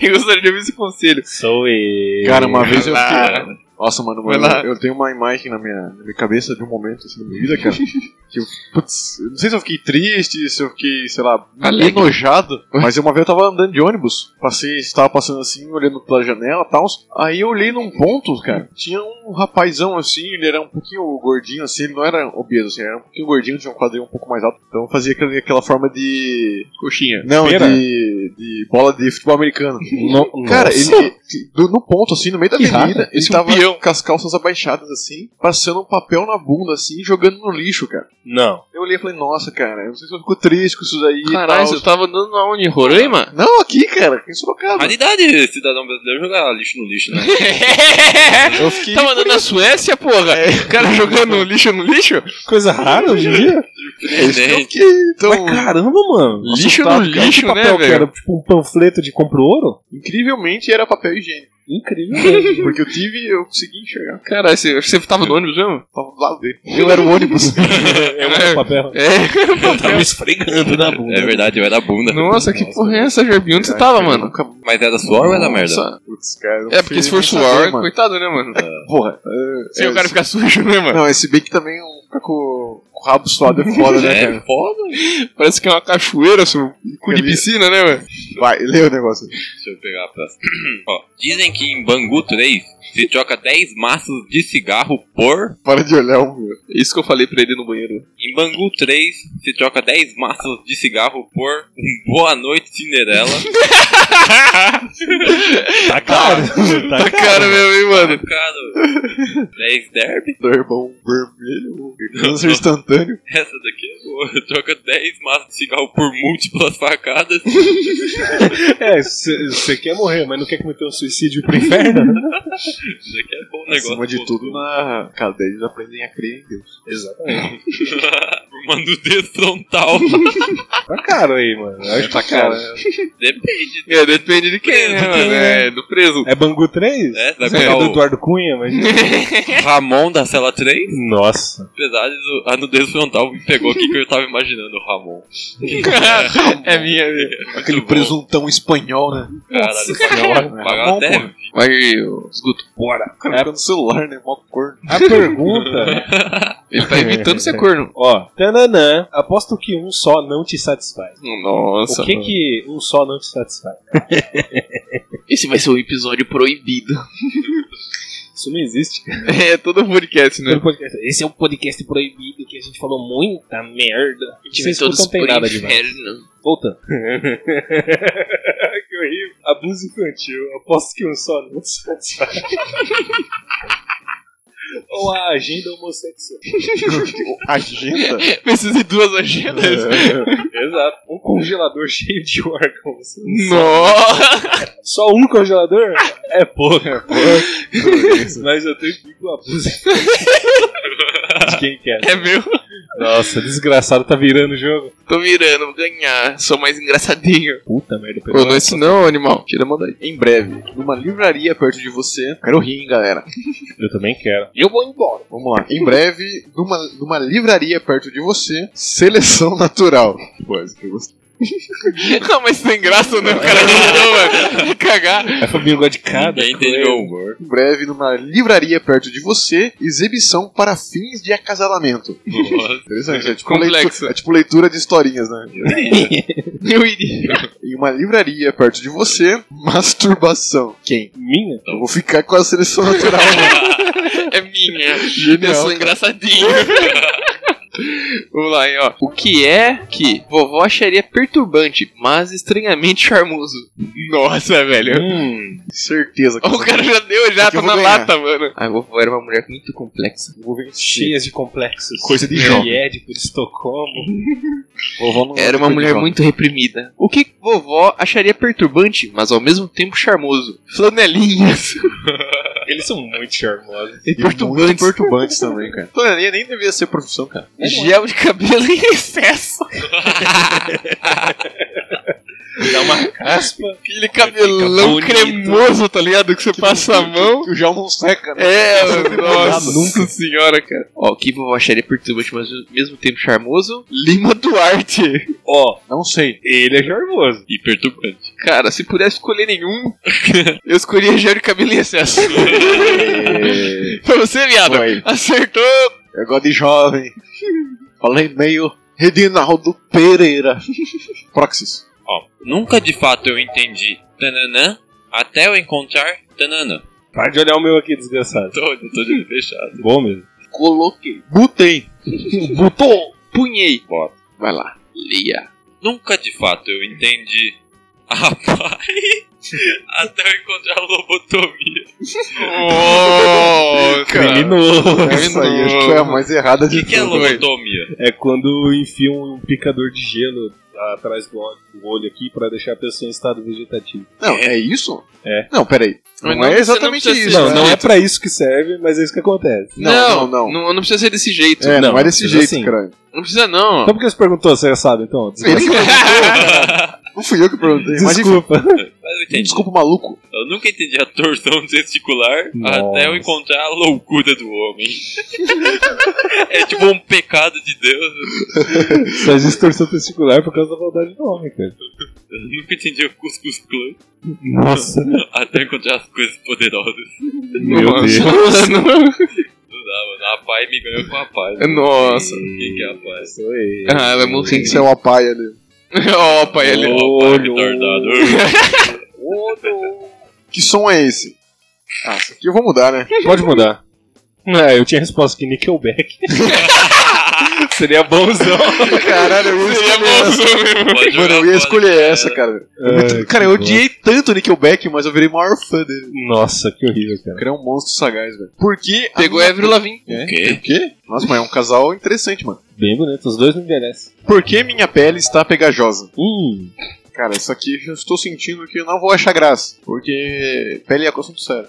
Speaker 5: e gostaria de ouvir seu conselho.
Speaker 2: Sou eu.
Speaker 3: Cara, uma vez eu
Speaker 5: Vai
Speaker 3: fiquei. Nossa, mano,
Speaker 5: Vai
Speaker 3: mano,
Speaker 5: lá.
Speaker 3: eu tenho uma imagem na minha, na minha cabeça de um momento assim, na minha vida, cara. que eu, putz, eu não sei se eu fiquei triste, se eu fiquei, sei lá,
Speaker 5: Alegre.
Speaker 3: enojado, mas uma vez eu tava andando de ônibus, passei, estava passando assim, olhando pela janela e tal. Aí eu olhei num ponto, cara, tinha um rapazão assim, ele era um pouquinho gordinho assim, ele não era obeso, assim, era um pouquinho gordinho, tinha um quadril um pouco mais alto, então fazia aquele- aquela forma de.
Speaker 5: Coxinha.
Speaker 3: Não,
Speaker 2: Pera.
Speaker 3: de, de bola de futebol americano.
Speaker 2: No-
Speaker 3: Cara,
Speaker 2: nossa.
Speaker 3: ele, do- no ponto, assim, no meio da
Speaker 2: Que
Speaker 3: avenida,
Speaker 2: raro.
Speaker 3: ele
Speaker 5: Esse
Speaker 3: tava
Speaker 5: peão.
Speaker 3: com as calças abaixadas, assim, passando um papel na bunda, assim, e jogando no lixo, cara.
Speaker 2: Não.
Speaker 3: Eu olhei e falei, nossa, cara, eu não sei se eu fico triste com isso daí e
Speaker 5: Caralho,
Speaker 3: tal.
Speaker 5: você tava andando aonde? Em Roraima?
Speaker 3: Não, aqui, cara, aqui em Sorocaba.
Speaker 6: Raridade, cidadão brasileiro, jogar lixo no lixo, né?
Speaker 3: Eu fiquei...
Speaker 5: Tava andando na Suécia, porra? O cara É. jogando lixo no lixo?
Speaker 2: Coisa rara hoje em dia.
Speaker 3: Eu
Speaker 6: Presidente.
Speaker 3: fiquei tão
Speaker 2: Mas caramba, mano.
Speaker 5: Lixo no
Speaker 2: Assustado, cara.
Speaker 5: lixo,
Speaker 2: Que
Speaker 5: né,
Speaker 2: papel que
Speaker 5: velho?
Speaker 2: Era tipo um panfleto de compro ouro?
Speaker 3: Incrivelmente era papel higiênico.
Speaker 2: Incrível. né? Tipo,
Speaker 3: Porque eu tive, eu consegui enxergar.
Speaker 5: Caralho, você, você tava no ônibus mesmo?
Speaker 3: Tava do lado dele. Eu era o ônibus.
Speaker 2: é um papel.
Speaker 5: É.
Speaker 2: Tava tá esfregando na bunda.
Speaker 6: É verdade, vai da bunda.
Speaker 5: Nossa, que porra é essa, Jarbi? Onde você tava, mano?
Speaker 3: Nunca...
Speaker 6: Mas era suor ou era merda?
Speaker 5: Nossa.
Speaker 3: Putz, cara. eu
Speaker 5: É, porque se for
Speaker 3: prefiro nem
Speaker 5: suor,
Speaker 3: saber, mano. É,
Speaker 5: coitado, né, mano?
Speaker 3: Porra. é,
Speaker 5: Se o cara ficar sujo, né, mano?
Speaker 3: Não, esse bem que também um- fica com com o rabo suado é foda, né, cara?
Speaker 6: É foda.
Speaker 5: Parece que é uma cachoeira, seu cu de
Speaker 3: Ali.
Speaker 5: piscina, né, mano?
Speaker 3: Vai, lê o negócio.
Speaker 6: Deixa eu pegar a próxima. Ó, dizem que em Bangu 3 se troca 10 maços de cigarro por.
Speaker 3: Para de olhar o meu.
Speaker 5: É Isso que eu falei pra ele no banheiro.
Speaker 6: Em Bangu 3 se troca 10 maços de cigarro por um Boa Noite Cinderela.
Speaker 2: Tá caro.
Speaker 5: Tá cara mesmo, hein, mano?
Speaker 6: Cara, 10 derby?
Speaker 3: do irmão um vermelho, o câncer instantâneo.
Speaker 6: Essa daqui é boa. Troca 10 maços de cigarro por múltiplas facadas.
Speaker 2: É, você quer morrer, mas não quer cometer um suicídio pro inferno? né?
Speaker 6: Isso daqui é bom negócio.
Speaker 3: Acima de tudo, na cadeia eles aprendem a crer em Deus.
Speaker 2: Exatamente.
Speaker 6: por uma nudez frontal.
Speaker 2: Tá caro aí, mano. Eu acho que tá caro.
Speaker 6: Depende.
Speaker 5: É, depende de quem, né, mano? É, do preso.
Speaker 2: É Bangu 3?
Speaker 6: É, vai
Speaker 2: É,
Speaker 6: pegar
Speaker 2: do
Speaker 6: o
Speaker 2: Eduardo Cunha, mas.
Speaker 6: Ramon da cela 3?
Speaker 2: Nossa.
Speaker 6: Apesar de a nudez frontal me pegou aqui que eu tava imaginando o Ramon.
Speaker 5: É minha, minha.
Speaker 3: Aquele
Speaker 6: bom.
Speaker 3: presuntão espanhol, né?
Speaker 6: Caralho,
Speaker 3: Espanhol,
Speaker 6: pagava até
Speaker 5: Vai, ô, escuto.
Speaker 3: Bora. O
Speaker 5: É.
Speaker 3: cara fica no celular, né? Mó corno.
Speaker 2: A pergunta,
Speaker 5: Ele tá evitando ser corno.
Speaker 2: ó. Tananã, aposto que um só não te satisfaz.
Speaker 5: Nossa.
Speaker 2: o que que um só não te satisfaz?
Speaker 5: Esse vai ser um episódio proibido.
Speaker 2: Isso não existe, cara.
Speaker 5: É, todo podcast, né?
Speaker 2: Todo podcast- Esse é um podcast proibido que a gente falou muita merda. Vocês
Speaker 5: é todos
Speaker 2: escutam, tem
Speaker 5: pro
Speaker 2: nada demais.
Speaker 5: inferno.
Speaker 2: Voltando. que horrível. A abuso infantil. Eu Aposto que um só não satisfaz. Ou a agenda homossexual.
Speaker 3: Agenda?
Speaker 5: Precisa de duas agendas.
Speaker 2: Exato. Um congelador cheio de órgãos.
Speaker 5: Nossa!
Speaker 2: Só um congelador? É pouco, é pouco. Mas eu tenho que ir com o abuso infantil. de quem quer.
Speaker 5: É meu?
Speaker 2: Nossa, desgraçado, tá virando o jogo.
Speaker 5: Tô mirando, vou ganhar. Sou mais engraçadinho.
Speaker 2: Puta merda,
Speaker 5: Pô, não é isso não, animal. Tira a mão daí.
Speaker 3: em breve, numa livraria perto de você. Quero rir, hein, galera.
Speaker 2: Eu também quero.
Speaker 5: Eu vou embora.
Speaker 3: Vamos lá. Em breve, numa, numa livraria perto de você, seleção natural. Pô, isso que eu gostei.
Speaker 5: Não, mas sem graça, né? O cara não, mano. Vai cagar.
Speaker 2: É família gosta de cada. tipo, né?
Speaker 6: Ninguém entendeu o humor.
Speaker 3: Em breve, numa livraria perto de você, exibição para fins de acasalamento. Interessante, é tipo,
Speaker 5: Complexo.
Speaker 3: leitura, é tipo leitura de historinhas, né?
Speaker 5: Eu iria.
Speaker 3: Em uma livraria perto de você, masturbação. Quem?
Speaker 2: Minha? tipo,
Speaker 3: Eu vou ficar com a seleção natural, mano.
Speaker 5: É minha.
Speaker 3: Genial,
Speaker 5: Eu sou
Speaker 3: cara.
Speaker 5: engraçadinho. Vamos lá, hein, ó. O que é que vovó acharia perturbante, mas estranhamente charmoso? Nossa, velho.
Speaker 2: Hum.
Speaker 3: Certeza que
Speaker 5: Ó, o cara já deu, já
Speaker 3: É que eu
Speaker 5: tá na
Speaker 3: vou ganhar.
Speaker 5: lata, mano. A vovó era uma mulher muito complexa.
Speaker 3: eu vou vencer.
Speaker 2: Cheias de complexos.
Speaker 3: Coisa de jovem.
Speaker 2: Médico de Estocolmo.
Speaker 3: Vovó não
Speaker 5: Era uma
Speaker 3: gosta de
Speaker 5: mulher
Speaker 3: jovem.
Speaker 5: muito reprimida. O que vovó acharia perturbante, mas ao mesmo tempo charmoso? Flanelinhas.
Speaker 2: Eles são muito charmosos.
Speaker 5: E
Speaker 3: E muito
Speaker 5: perturbantes.
Speaker 3: perturbantes também, cara.
Speaker 5: Então,
Speaker 3: Planelinha nem devia ser profissão, cara.
Speaker 5: Gel de cabelo em excesso.
Speaker 2: Dá uma caspa.
Speaker 5: Aquele cabelão
Speaker 2: bonito.
Speaker 5: cremoso, tá ligado? Que você passa a mão.
Speaker 3: Que o gel não seca, né?
Speaker 5: É,
Speaker 3: nossa
Speaker 5: nossa senhora, cara. Ó, o que vovó acharia perturbante, mas ao mesmo tempo charmoso? Lima Duarte.
Speaker 2: Ó,
Speaker 3: Não sei.
Speaker 2: ele é charmoso.
Speaker 6: E perturbante.
Speaker 5: Cara, se pudesse escolher nenhum, eu escolheria gel de cabelo em excesso. Foi você, viado.
Speaker 3: Foi.
Speaker 5: Acertou.
Speaker 3: Eu gosto de jovem. Falei meio Redinaldo Pereira. Proxys.
Speaker 6: Ó, nunca de fato eu entendi tananã até eu encontrar tananã.
Speaker 2: Para de olhar o meu aqui, desgraçado.
Speaker 6: Tô, eu tô de fechado.
Speaker 2: Bom mesmo.
Speaker 5: Coloquei.
Speaker 3: Butei.
Speaker 5: Botou. Punhei.
Speaker 6: Bota.
Speaker 5: Vai lá. Lia.
Speaker 6: Nunca de fato eu entendi a pare até eu encontrar a lobotomia.
Speaker 5: Oh,
Speaker 2: Menino.
Speaker 3: Essa É aí acho que foi a mais errada
Speaker 6: O que,
Speaker 3: de
Speaker 6: que é
Speaker 3: tudo.
Speaker 6: lobotomia?
Speaker 2: É quando enfia um picador de gelo atrás do olho, do olho aqui pra deixar a pessoa em estado vegetativo.
Speaker 3: Não, é isso?
Speaker 2: É.
Speaker 3: Não, peraí. Não,
Speaker 5: Mas não,
Speaker 3: é
Speaker 5: você
Speaker 3: exatamente
Speaker 5: não precisa
Speaker 3: isso. né?
Speaker 5: ser-
Speaker 2: Não, não é pra isso que serve, mas é isso que acontece.
Speaker 3: Não, não, não.
Speaker 5: não. não precisa ser desse jeito.
Speaker 3: É, não,
Speaker 2: Não,
Speaker 3: é desse
Speaker 2: mas
Speaker 3: jeito,
Speaker 2: assim-
Speaker 3: cara.
Speaker 5: Não precisa, não.
Speaker 2: Então por que você perguntou, você sabe, então?
Speaker 3: Ele que
Speaker 2: Desgraçado.
Speaker 3: perguntou. Não fui eu que perguntei. Mas enfim,
Speaker 2: Desculpa.
Speaker 6: Mas eu entendi.
Speaker 3: desculpa, maluco.
Speaker 6: Eu nunca entendi a torção testicular
Speaker 2: Nossa.
Speaker 6: até eu encontrar a loucura do homem. é tipo um pecado de Deus.
Speaker 2: Só existe torção é testicular por causa da maldade do homem, cara.
Speaker 6: Eu nunca entendi o Cuscus Clan
Speaker 2: Nossa,
Speaker 6: até encontrar as coisas poderosas.
Speaker 2: meu Deus.
Speaker 6: Não dá, mano. A pai me ganhou com a pai.
Speaker 5: Nossa. Nossa.
Speaker 6: Quem que é a pai?
Speaker 5: Ah, ela é muito
Speaker 3: Tem que ser uma paia ali.
Speaker 5: Opa, ele.
Speaker 6: Opa, retardado.
Speaker 3: Que som é esse? Ah, isso aqui eu vou mudar, né?
Speaker 2: Pode mudar. Ah, eu tinha resposta que Nickelback. Seria bonzão.
Speaker 3: Caralho, eu ia escolher essa.
Speaker 6: Pode jogar
Speaker 3: Mano, eu ia
Speaker 6: fora.
Speaker 3: escolher essa, cara.
Speaker 2: Ai,
Speaker 3: cara, eu
Speaker 2: É, que
Speaker 3: odiei tanto o Nickelback, mas eu virei o maior fã dele.
Speaker 2: Nossa, que horrível, cara.
Speaker 3: O cara é um monstro sagaz, velho. Porque. a
Speaker 5: Pegou
Speaker 3: minha-
Speaker 5: Evelyn Lavin.
Speaker 3: É?
Speaker 6: O quê?
Speaker 3: tem O quê? Nossa, mas é um casal interessante, mano.
Speaker 2: Bem bonito, os dois não envelhecem.
Speaker 3: Por que minha pele está pegajosa?
Speaker 2: Hum,
Speaker 3: Cara, isso aqui eu estou sentindo que eu não vou achar graça. Porque pele é assunto sério.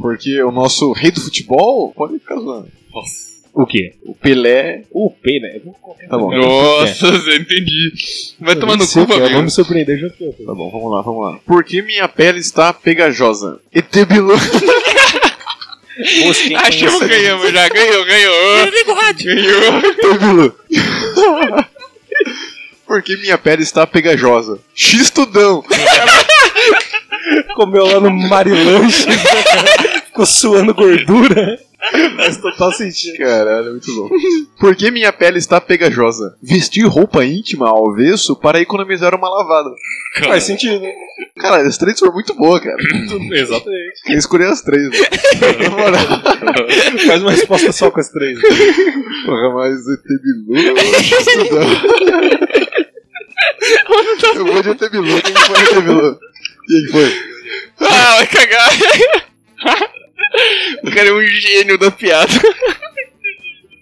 Speaker 3: porque o nosso rei do futebol pode ficar zoando.
Speaker 6: Nossa.
Speaker 2: o quê?
Speaker 3: O Pelé.
Speaker 2: O P, né?
Speaker 3: Tá bom.
Speaker 5: Nossa,
Speaker 2: É.
Speaker 5: eu entendi. Vai tomar no cu, meu
Speaker 2: Vamos
Speaker 5: amigo.
Speaker 2: me surpreender junto com
Speaker 3: Tá bom, vamos lá, vamos lá. Por que minha pele está pegajosa? Etebilu.
Speaker 5: Achamos que ganhamos já. Ganhou, ganhou. Ganhou.
Speaker 3: Etebilu. Por que minha pele está pegajosa? Xistudão.
Speaker 2: Comeu lá no Marilanche, ficou suando gordura. Faz total sentido.
Speaker 3: Caralho, muito bom. Por que minha pele está pegajosa? Vestir roupa íntima ao avesso para economizar uma lavada.
Speaker 2: Faz sentido.
Speaker 3: Cara, as três foram muito boas, cara.
Speaker 2: Exatamente.
Speaker 3: Eu escolhi as três, né? velho. Na moral.
Speaker 2: Faz uma resposta só com as três.
Speaker 3: Porra, mas ET Bilu, eu acho isso não. Eu vou de ET Bilu, quem foi ET Bilu? E aí foi.
Speaker 5: Ah, vai cagar. o cara é um gênio da piada.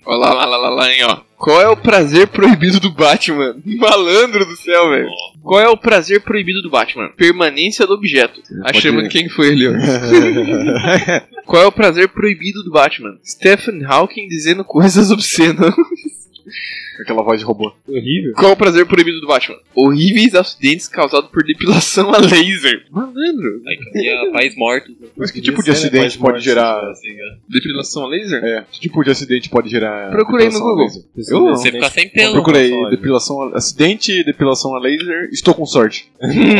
Speaker 5: Olha lá, lá, lá, lá, lá, hein, ó. Qual é o prazer proibido do Batman? Malandro do céu, velho. Qual é o prazer proibido do Batman? Permanência do objeto.
Speaker 3: pode
Speaker 5: Achamos
Speaker 3: ir.
Speaker 5: quem foi ele, ó. Qual é o prazer proibido do Batman? Stephen Hawking dizendo coisas obscenas.
Speaker 3: Aquela voz de robô.
Speaker 2: Horrível.
Speaker 5: Qual é o prazer proibido do Batman? Horríveis acidentes causados por depilação a laser. Malandro.
Speaker 6: Aí tinha pais mortos.
Speaker 3: Mas que
Speaker 2: Podia
Speaker 3: tipo de
Speaker 2: ser, né, mais
Speaker 3: acidente pode
Speaker 2: morte,
Speaker 3: gerar.
Speaker 5: Depilação a laser?
Speaker 3: É, que tipo de acidente pode gerar.
Speaker 5: Procurei no
Speaker 3: depilação a
Speaker 5: Google.
Speaker 3: laser?
Speaker 2: Eu
Speaker 5: não.
Speaker 6: Você ficar sem pelo.
Speaker 3: Procurei
Speaker 2: Depilação a laser.
Speaker 3: depilação a- acidente, depilação a laser. Estou com sorte.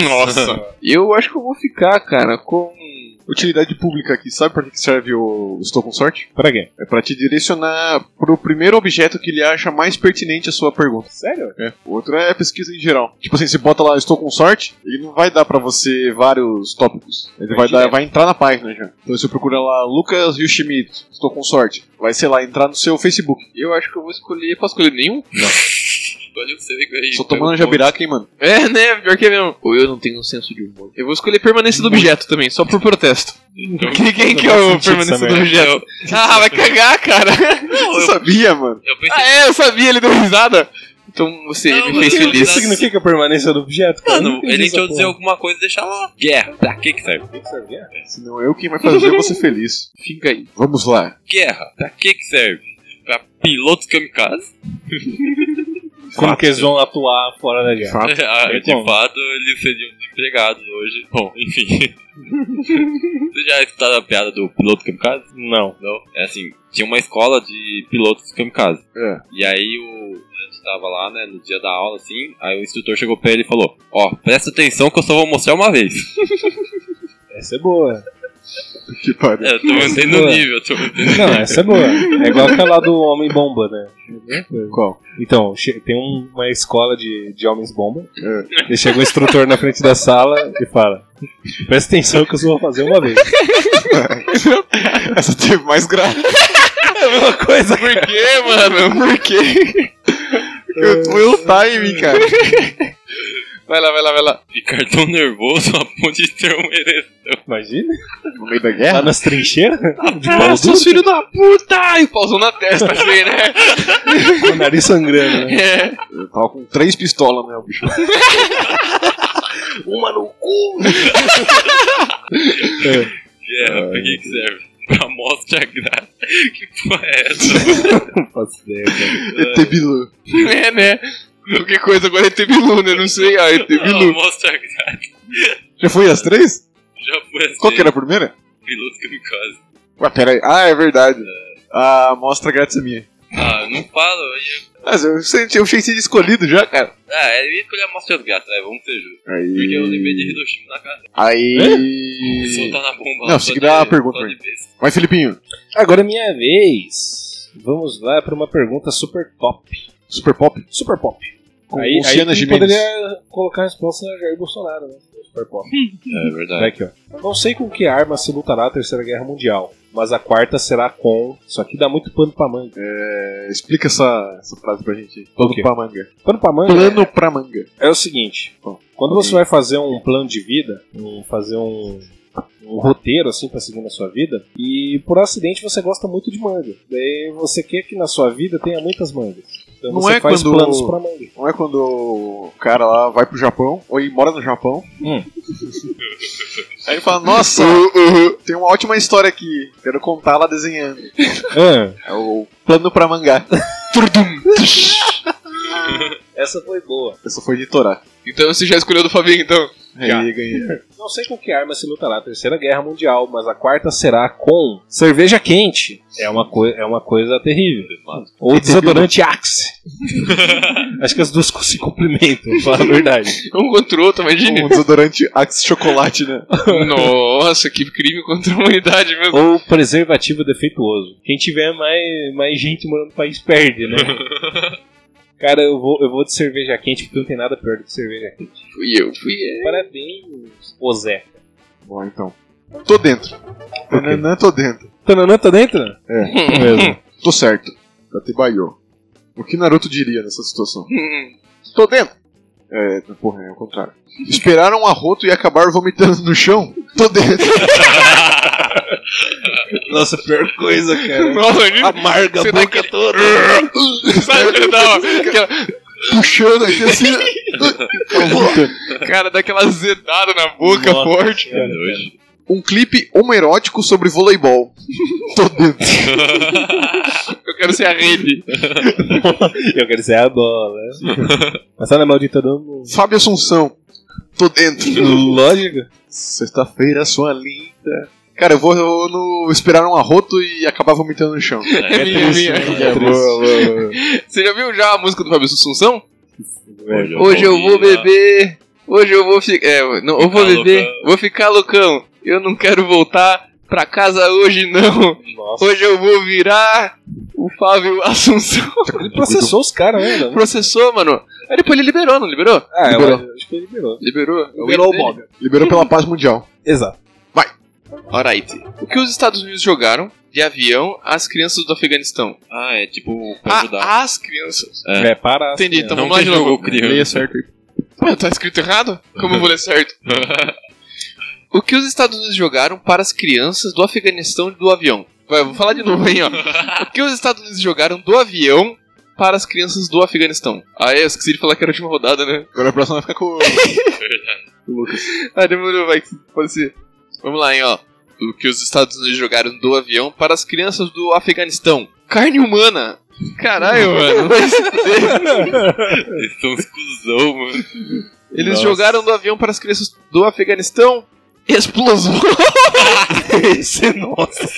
Speaker 5: Nossa. Eu acho que eu vou ficar, cara, com.
Speaker 3: Utilidade pública aqui, sabe pra que que serve o Estou com sorte?
Speaker 2: Pra quê?
Speaker 3: É pra te direcionar pro primeiro objeto que ele acha mais pertinente à sua pergunta.
Speaker 2: Sério?
Speaker 3: É. O outro é pesquisa em geral. Tipo assim, você bota lá Estou com sorte, ele não vai dar pra você vários tópicos. Ele vai, dar, vai entrar na página já. Então você procura lá Lucas Yoshimito, Estou com sorte. Vai, sei lá, entrar no seu Facebook.
Speaker 5: Eu acho que eu vou escolher. Posso escolher nenhum?
Speaker 6: Olha, você vem aí.
Speaker 3: Só tomando jabiraca, hein, mano.
Speaker 5: É, né? Pior que é mesmo. Ou eu não tenho um senso de humor. Eu vou escolher permanência do objeto também, só por protesto. Quem, quem que é o
Speaker 2: Não faz sentido essa
Speaker 5: permanência do
Speaker 2: merda.
Speaker 5: objeto? Ah, vai cagar, cara.
Speaker 3: Você sabia, mano?
Speaker 6: Eu pensei
Speaker 5: Ah, é, eu sabia, ele deu risada. Então você
Speaker 6: Não,
Speaker 5: me fez
Speaker 6: mas eu-
Speaker 5: feliz.
Speaker 2: Isso significa a permanência do objeto? cara? Eu
Speaker 6: Mano,
Speaker 2: nunca vi
Speaker 6: ele
Speaker 2: essa
Speaker 6: introduziu
Speaker 2: porra.
Speaker 6: alguma coisa e deixar lá. Guerra. Pra que que serve?
Speaker 2: é
Speaker 3: Senão é eu quem vai fazer você feliz.
Speaker 5: Fica aí.
Speaker 3: Vamos lá.
Speaker 6: Guerra. Pra que que serve? Pra pilotos kamikaze?
Speaker 2: Como que eles vão atuar fora da guerra?
Speaker 6: Ah,
Speaker 2: Tem
Speaker 6: de
Speaker 2: como.
Speaker 6: fato, eles seriam desempregados hoje. Bom, enfim. Você já escutaram a piada do piloto kamikaze?
Speaker 2: Não.
Speaker 6: Não. É assim, tinha uma escola de pilotos kamikaze.
Speaker 3: É.
Speaker 6: E aí o estudante tava lá, né, no dia da aula, assim, aí o instrutor chegou pra ele e falou, ó, presta atenção que eu só vou mostrar uma vez.
Speaker 2: Essa é boa.
Speaker 3: Que pariu.
Speaker 6: É, eu tô mantendo o nível, tô mantendo
Speaker 2: Não, essa é boa. É igual aquela lá do Homem Bomba, né?
Speaker 3: Qual?
Speaker 2: Então, che- tem um- uma escola de, de homens bomba.
Speaker 3: É.
Speaker 2: E chega o instrutor na frente da sala e fala: Presta atenção que eu só vou fazer uma vez.
Speaker 3: Essa teve mais graça.
Speaker 2: É a mesma coisa.
Speaker 5: Por quê, mano? Por quê?
Speaker 3: Eu tô o timing, cara.
Speaker 5: Vai lá, vai lá, vai lá.
Speaker 6: ficar tão nervoso a ponto de ter um ereção.
Speaker 2: Imagina.
Speaker 3: No meio da
Speaker 2: Lá
Speaker 3: guerra?
Speaker 2: nas trincheiras, de
Speaker 5: Ah,
Speaker 2: pau
Speaker 5: seus
Speaker 2: duro,
Speaker 5: filhos da puta! E o pauzão na testa, assim, né?
Speaker 2: com o nariz sangrando. Né?
Speaker 5: É.
Speaker 3: Eu tava com três pistolas, né, bicho? Uma no cu!
Speaker 6: Guerra, pra que que serve? Pra mostra grátis. Que porra é essa?
Speaker 2: Não faço ideia, cara.
Speaker 3: ET Bilu.
Speaker 5: É, né? Qualquer coisa agora é Tebilu, né? Não sei. Ah, é
Speaker 6: Não,
Speaker 5: Tebilu.
Speaker 6: mostra grátis.
Speaker 3: Já foi as três?
Speaker 6: Já foi assim,
Speaker 3: Qual que era a primeira?
Speaker 6: piloto kamikaze.
Speaker 3: Ué, peraí. Ah, é verdade. A mostra grátis é minha.
Speaker 6: Ah, eu não falo. eu-
Speaker 3: Mas eu senti, eu achei sido escolhido já, cara.
Speaker 6: Ah, eu ia escolher a mostra grátis, né, vamos ser justos. Porque eu lembrei de
Speaker 3: Aí.
Speaker 6: Hiroshima na cara.
Speaker 3: Aí.
Speaker 6: Soltar na bomba.
Speaker 3: Não,
Speaker 6: lá,
Speaker 3: você
Speaker 6: só
Speaker 3: que dá
Speaker 6: de-
Speaker 3: a pergunta
Speaker 6: só
Speaker 3: pra
Speaker 6: de vez.
Speaker 3: Vai, Felipinho.
Speaker 2: Agora é minha vez. Vamos lá para uma pergunta super top.
Speaker 3: Super Pop.
Speaker 2: Super pop.
Speaker 3: Com
Speaker 2: aí
Speaker 3: Luciana
Speaker 2: aí que
Speaker 3: Gimenez.
Speaker 2: poderia colocar a resposta no Jair Bolsonaro, né? Super pop.
Speaker 6: É
Speaker 2: Vai
Speaker 6: verdade.
Speaker 2: aqui, ó. Não sei com que arma se lutará a Terceira Guerra Mundial, mas a quarta será com. Isso aqui dá muito pano pra manga.
Speaker 3: É, explica essa, essa frase pra gente. Plano
Speaker 2: quê?
Speaker 3: pra manga.
Speaker 2: Pano pra manga
Speaker 3: Plano pra manga.
Speaker 2: é o seguinte: ó, quando você vai fazer um plano de vida, um- fazer um, um roteiro assim pra seguir na sua vida, e por acidente você gosta muito de manga. Daí você quer que na sua vida tenha muitas mangas. Então
Speaker 3: Não
Speaker 2: você
Speaker 3: é
Speaker 2: faz
Speaker 3: quando-
Speaker 2: planos pra manga.
Speaker 3: Não é quando o cara lá vai pro Japão, ou ele mora no Japão.
Speaker 2: Hum.
Speaker 3: Aí ele fala, nossa, tem uma ótima história aqui. Quero contar lá desenhando.
Speaker 2: Ah,
Speaker 3: É o plano pra mangá.
Speaker 2: essa foi boa.
Speaker 3: Essa foi de Torá.
Speaker 5: Então você já escolheu do Fabinho, então. Já.
Speaker 3: Aí ganhei.
Speaker 2: Não sei com que arma se lutará a Terceira Guerra Mundial, mas a quarta será com cerveja quente. É uma, coi- é uma coisa terrível. Ou desodorante Axe. Acho que as duas se cumprimentam, fala a verdade.
Speaker 5: Um contra o outro, imagine.
Speaker 3: Um desodorante Axe Chocolate, né?
Speaker 5: Nossa, que crime contra a humanidade mesmo.
Speaker 2: Ou preservativo defeituoso. Quem tiver mais, mais gente morando no país perde, né? Cara, eu vou, eu vou de cerveja quente porque não tem nada pior do que cerveja quente.
Speaker 5: Fui eu, fui eu.
Speaker 2: Parabéns, ô Zé.
Speaker 3: Bom, então. Tô dentro. Tananã, tô dentro.
Speaker 2: Tananã tá dentro?
Speaker 3: É.
Speaker 2: Mesmo.
Speaker 3: Tô certo. Tatebaiô. O que Naruto diria nessa situação?
Speaker 5: Hum,
Speaker 3: Tô dentro. É, porra, é o contrário. Esperaram um arroto e acabaram vomitando no chão? Tô dentro.
Speaker 2: Nossa, pior coisa, cara. é
Speaker 5: Nossa, gente,
Speaker 2: Amarga a
Speaker 3: tá
Speaker 5: Você
Speaker 2: boca toda.
Speaker 5: sabe que dá uma- aquela-
Speaker 3: Puxando aqui assim. né?
Speaker 5: cara dá aquela azedada na boca
Speaker 2: Nossa.
Speaker 5: forte.
Speaker 3: Um clipe homoerótico sobre voleibol. Tô dentro.
Speaker 5: Eu quero ser a rede.
Speaker 2: Eu quero ser a bola. Passar na maldita do
Speaker 3: Fábio Assunção. Tô dentro.
Speaker 2: Lógico.
Speaker 3: Sexta-feira, sua linda. Cara, eu vou, eu vou no esperar um arroto e acabar vomitando no chão. Tá
Speaker 5: É minha, é minha.
Speaker 2: É, boa, boa,
Speaker 5: Você já viu já a música do Fábio Assunção?
Speaker 2: boa.
Speaker 5: Hoje eu vou
Speaker 6: virar.
Speaker 5: beber. Hoje eu vou ficar. É, não, eu vou
Speaker 6: Ficar
Speaker 5: beber.
Speaker 6: loucão.
Speaker 5: Vou ficar loucão. Eu não quero voltar pra casa hoje, não.
Speaker 2: Nossa.
Speaker 5: Hoje eu vou virar o Fábio Assunção.
Speaker 2: Ele processou os caras ainda. né?
Speaker 5: Processou, mano. Aí depois ele liberou, não liberou?
Speaker 2: Ah, eu
Speaker 3: Liberou.
Speaker 2: acho que ele liberou.
Speaker 5: Liberou. É o
Speaker 2: Liberou
Speaker 5: hino
Speaker 2: o
Speaker 5: dele.
Speaker 2: Bob.
Speaker 3: Liberou pela paz mundial.
Speaker 2: Exato.
Speaker 5: Alright. O que os Estados Unidos jogaram de avião às crianças do Afeganistão?
Speaker 6: Ah, é tipo pra ajudar.
Speaker 5: Ah, as crianças.
Speaker 2: É, para.
Speaker 5: Entendi, então
Speaker 6: Não
Speaker 5: vamos lá
Speaker 6: que
Speaker 5: de novo.
Speaker 6: jogou criança.
Speaker 5: Leia certo aí. Ué, tá escrito errado? Como eu vou ler certo? o que os Estados Unidos jogaram para as crianças do Afeganistão do avião? Vai, eu vou falar de novo, hein, ó. O que os Estados Unidos jogaram do avião para as crianças do Afeganistão? Ah, é, eu esqueci de falar que era a última rodada, né?
Speaker 3: Agora a próxima vai ficar com.
Speaker 5: Ah, demorou, vai, que pode ser. Vamos lá, hein, ó. O que os Estados Unidos jogaram do avião para as crianças do Afeganistão. Carne humana! Caralho, mano. mas
Speaker 6: Eles são uns cuzão, mano.
Speaker 5: Eles
Speaker 2: Nossa.
Speaker 5: jogaram do avião para as crianças do Afeganistão. Explosão!
Speaker 2: Esse, nossa.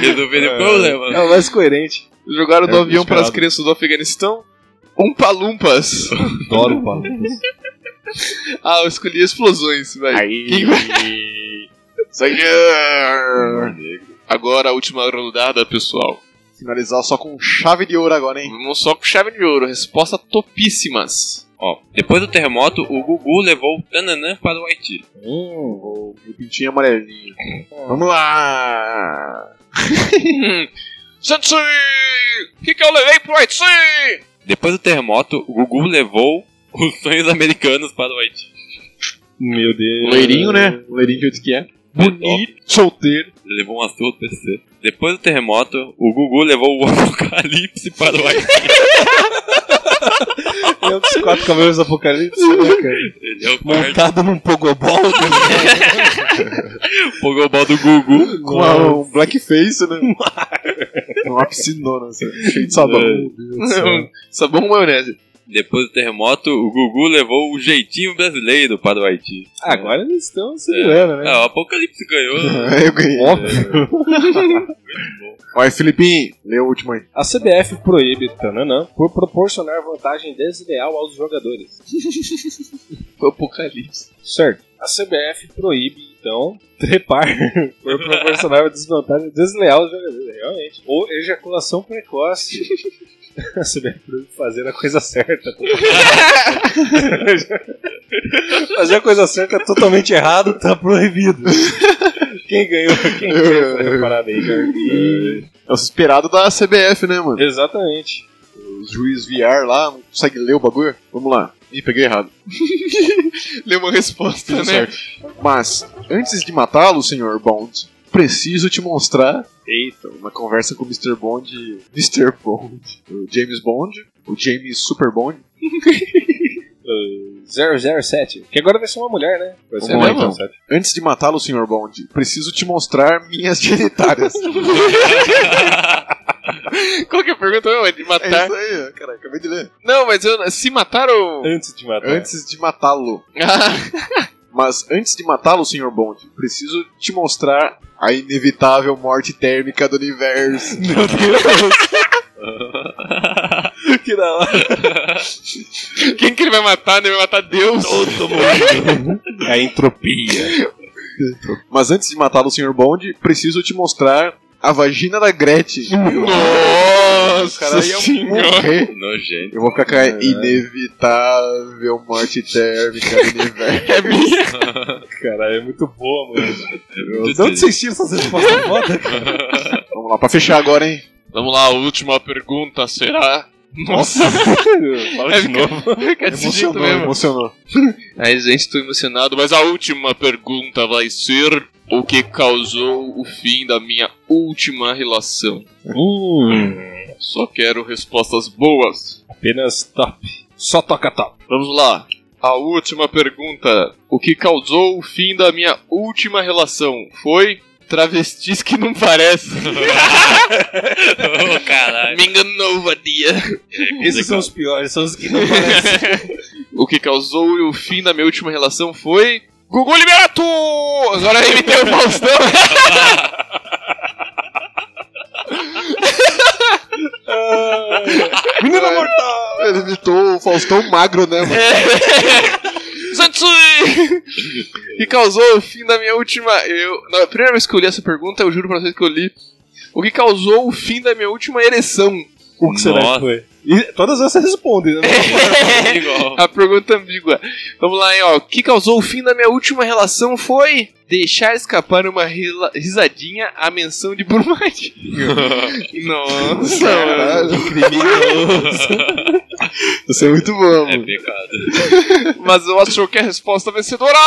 Speaker 6: Resolveram o problema.
Speaker 2: É o mais coerente.
Speaker 5: Jogaram do
Speaker 2: É,
Speaker 5: avião para as
Speaker 2: esperado.
Speaker 5: crianças do Afeganistão. Umpa-lumpas.
Speaker 2: Adoro, mano.
Speaker 5: Ah, eu escolhi explosões, vai. Quem vai? Senhor! Agora a última rodada, pessoal.
Speaker 3: Finalizar só com chave de ouro agora, hein?
Speaker 5: Vamos só com chave de ouro. Resposta topíssimas.
Speaker 6: Ó, depois do terremoto, o Gugu levou o Tananã para o Haiti.
Speaker 3: O pintinho amarelinho. Vamos lá!
Speaker 5: Sensei! O que, que eu levei pro Haiti?
Speaker 6: Depois do terremoto, o Gugu levou os sonhos americanos para o Haiti.
Speaker 2: Meu Deus.
Speaker 3: Leirinho, né? Leirinho de outro que é.
Speaker 6: Bonito.
Speaker 3: Solteiro.
Speaker 6: Ele levou um assunto PC. Depois do terremoto, o Gugu levou o apocalipse para o Haiti.
Speaker 2: É um dos quatro cavaleiros do apocalipse, né, cara?
Speaker 6: Ele é o quarto
Speaker 2: Montado num pogobol.
Speaker 6: pogobol do Gugu.
Speaker 3: Com uma- um blackface, né? Uma piscinona, assim, cheio de sabão.
Speaker 5: Sabão com maionese.
Speaker 6: Depois do terremoto, o Gugu levou o jeitinho brasileiro para o Haiti.
Speaker 2: Agora eles estão se doendo, né?
Speaker 6: Ah, o apocalipse ganhou.
Speaker 3: É, eu ganhei.
Speaker 2: Óbvio.
Speaker 3: Vai, Filipinho, lê o último aí.
Speaker 2: A CBF proíbe Tananã por proporcionar vantagem desleal aos jogadores.
Speaker 5: Foi apocalipse.
Speaker 2: Certo. A CBF proíbe, então, trepar por proporcionar uma desvantagem desleal aos jogadores. Realmente. Ou ejaculação precoce. A CBF proíbe fazer a coisa certa. fazer a coisa certa é totalmente errado, tá proibido. Quem ganhou? Quem ganhou essa parada aí, cara?
Speaker 3: É o esperado da CBF, né, mano?
Speaker 2: Exatamente.
Speaker 3: Os juiz VR lá, não consegue ler o bagulho? Vamos lá. Ih, peguei errado.
Speaker 5: Leu uma resposta,
Speaker 3: Tudo
Speaker 5: né?
Speaker 3: certo. Mas, antes de matá-lo, senhor Bond, preciso te mostrar. Eita, uma conversa com o Mr. Bond. Mr. Bond. O James Bond. O James Super Bond.
Speaker 2: 007. Que agora vai ser uma mulher, né? Vai ser
Speaker 3: Vamos lá,
Speaker 2: uma
Speaker 3: então.
Speaker 2: mulher,
Speaker 3: Antes de matá-lo, senhor Bond, preciso te mostrar minhas genitárias.
Speaker 5: Qual que é a pergunta? Não, é de
Speaker 3: é
Speaker 5: matar.
Speaker 3: isso aí, cara, acabei de ler.
Speaker 5: não, mas eu, se mataram.
Speaker 2: Antes de
Speaker 5: É.
Speaker 2: matar.
Speaker 3: Antes de matá-lo.
Speaker 5: Ah,
Speaker 3: Mas antes de matá-lo, senhor Bond, preciso te mostrar a inevitável morte térmica do universo.
Speaker 2: Meu Deus. que da hora.
Speaker 5: quem que ele vai matar? Ele vai matar Deus.
Speaker 2: É A entropia.
Speaker 3: Mas antes de matá-lo, senhor Bond, preciso te mostrar a vagina da Gretchen.
Speaker 5: Nossa, cara, aí é
Speaker 3: se
Speaker 5: um
Speaker 3: morrer,
Speaker 6: Nojento.
Speaker 3: eu vou ficar com a
Speaker 2: É.
Speaker 3: inevitável morte térmica do universo.
Speaker 5: É minha.
Speaker 2: Cara, é muito boa, mano.
Speaker 6: Muito
Speaker 2: De onde vocês tiram essas respostas foda, cara?
Speaker 3: Vamos lá, pra fechar agora, hein?
Speaker 5: Vamos lá, a última pergunta será: Nossa,
Speaker 2: Fala
Speaker 5: É,
Speaker 2: de novo.
Speaker 5: fica desse jeito
Speaker 3: Emocionou,
Speaker 5: mesmo.
Speaker 3: emocionou.
Speaker 5: Aí, gente, estou emocionado, mas a última pergunta vai ser o que causou o fim da minha última relação. Só quero respostas boas.
Speaker 2: Hum, Apenas top. Só toca top.
Speaker 5: Vamos lá. A última pergunta. O que causou o fim da minha última relação foi travestis que não parecem.
Speaker 6: Ô, caralho.
Speaker 5: Me enganou, vadia.
Speaker 2: Esses são os piores, são os que não parecem.
Speaker 5: O que causou o fim da minha última relação foi. Gugu Liberato! Agora ele tem o Faustão!
Speaker 3: Menina mortal! É. Ele imitou o Faustão magro, né, mano?
Speaker 5: Sansui! que causou o fim da minha última. Eu, na primeira vez que eu li essa pergunta, eu juro pra vocês que eu li. O que causou o fim da minha última ereção?
Speaker 2: O que será que
Speaker 6: Nossa.
Speaker 2: foi? E todas essas respondem, né?
Speaker 6: é Igual.
Speaker 5: A pergunta ambígua. Vamos lá, hein, ó. O que causou o fim da minha última relação foi deixar escapar uma rila- risadinha à menção de Brumadinho. Nossa, mano.
Speaker 3: Caralho, criminoso. Isso é muito bom,
Speaker 6: É
Speaker 3: mano.
Speaker 6: pecado.
Speaker 5: Mas eu acho que a resposta vencedora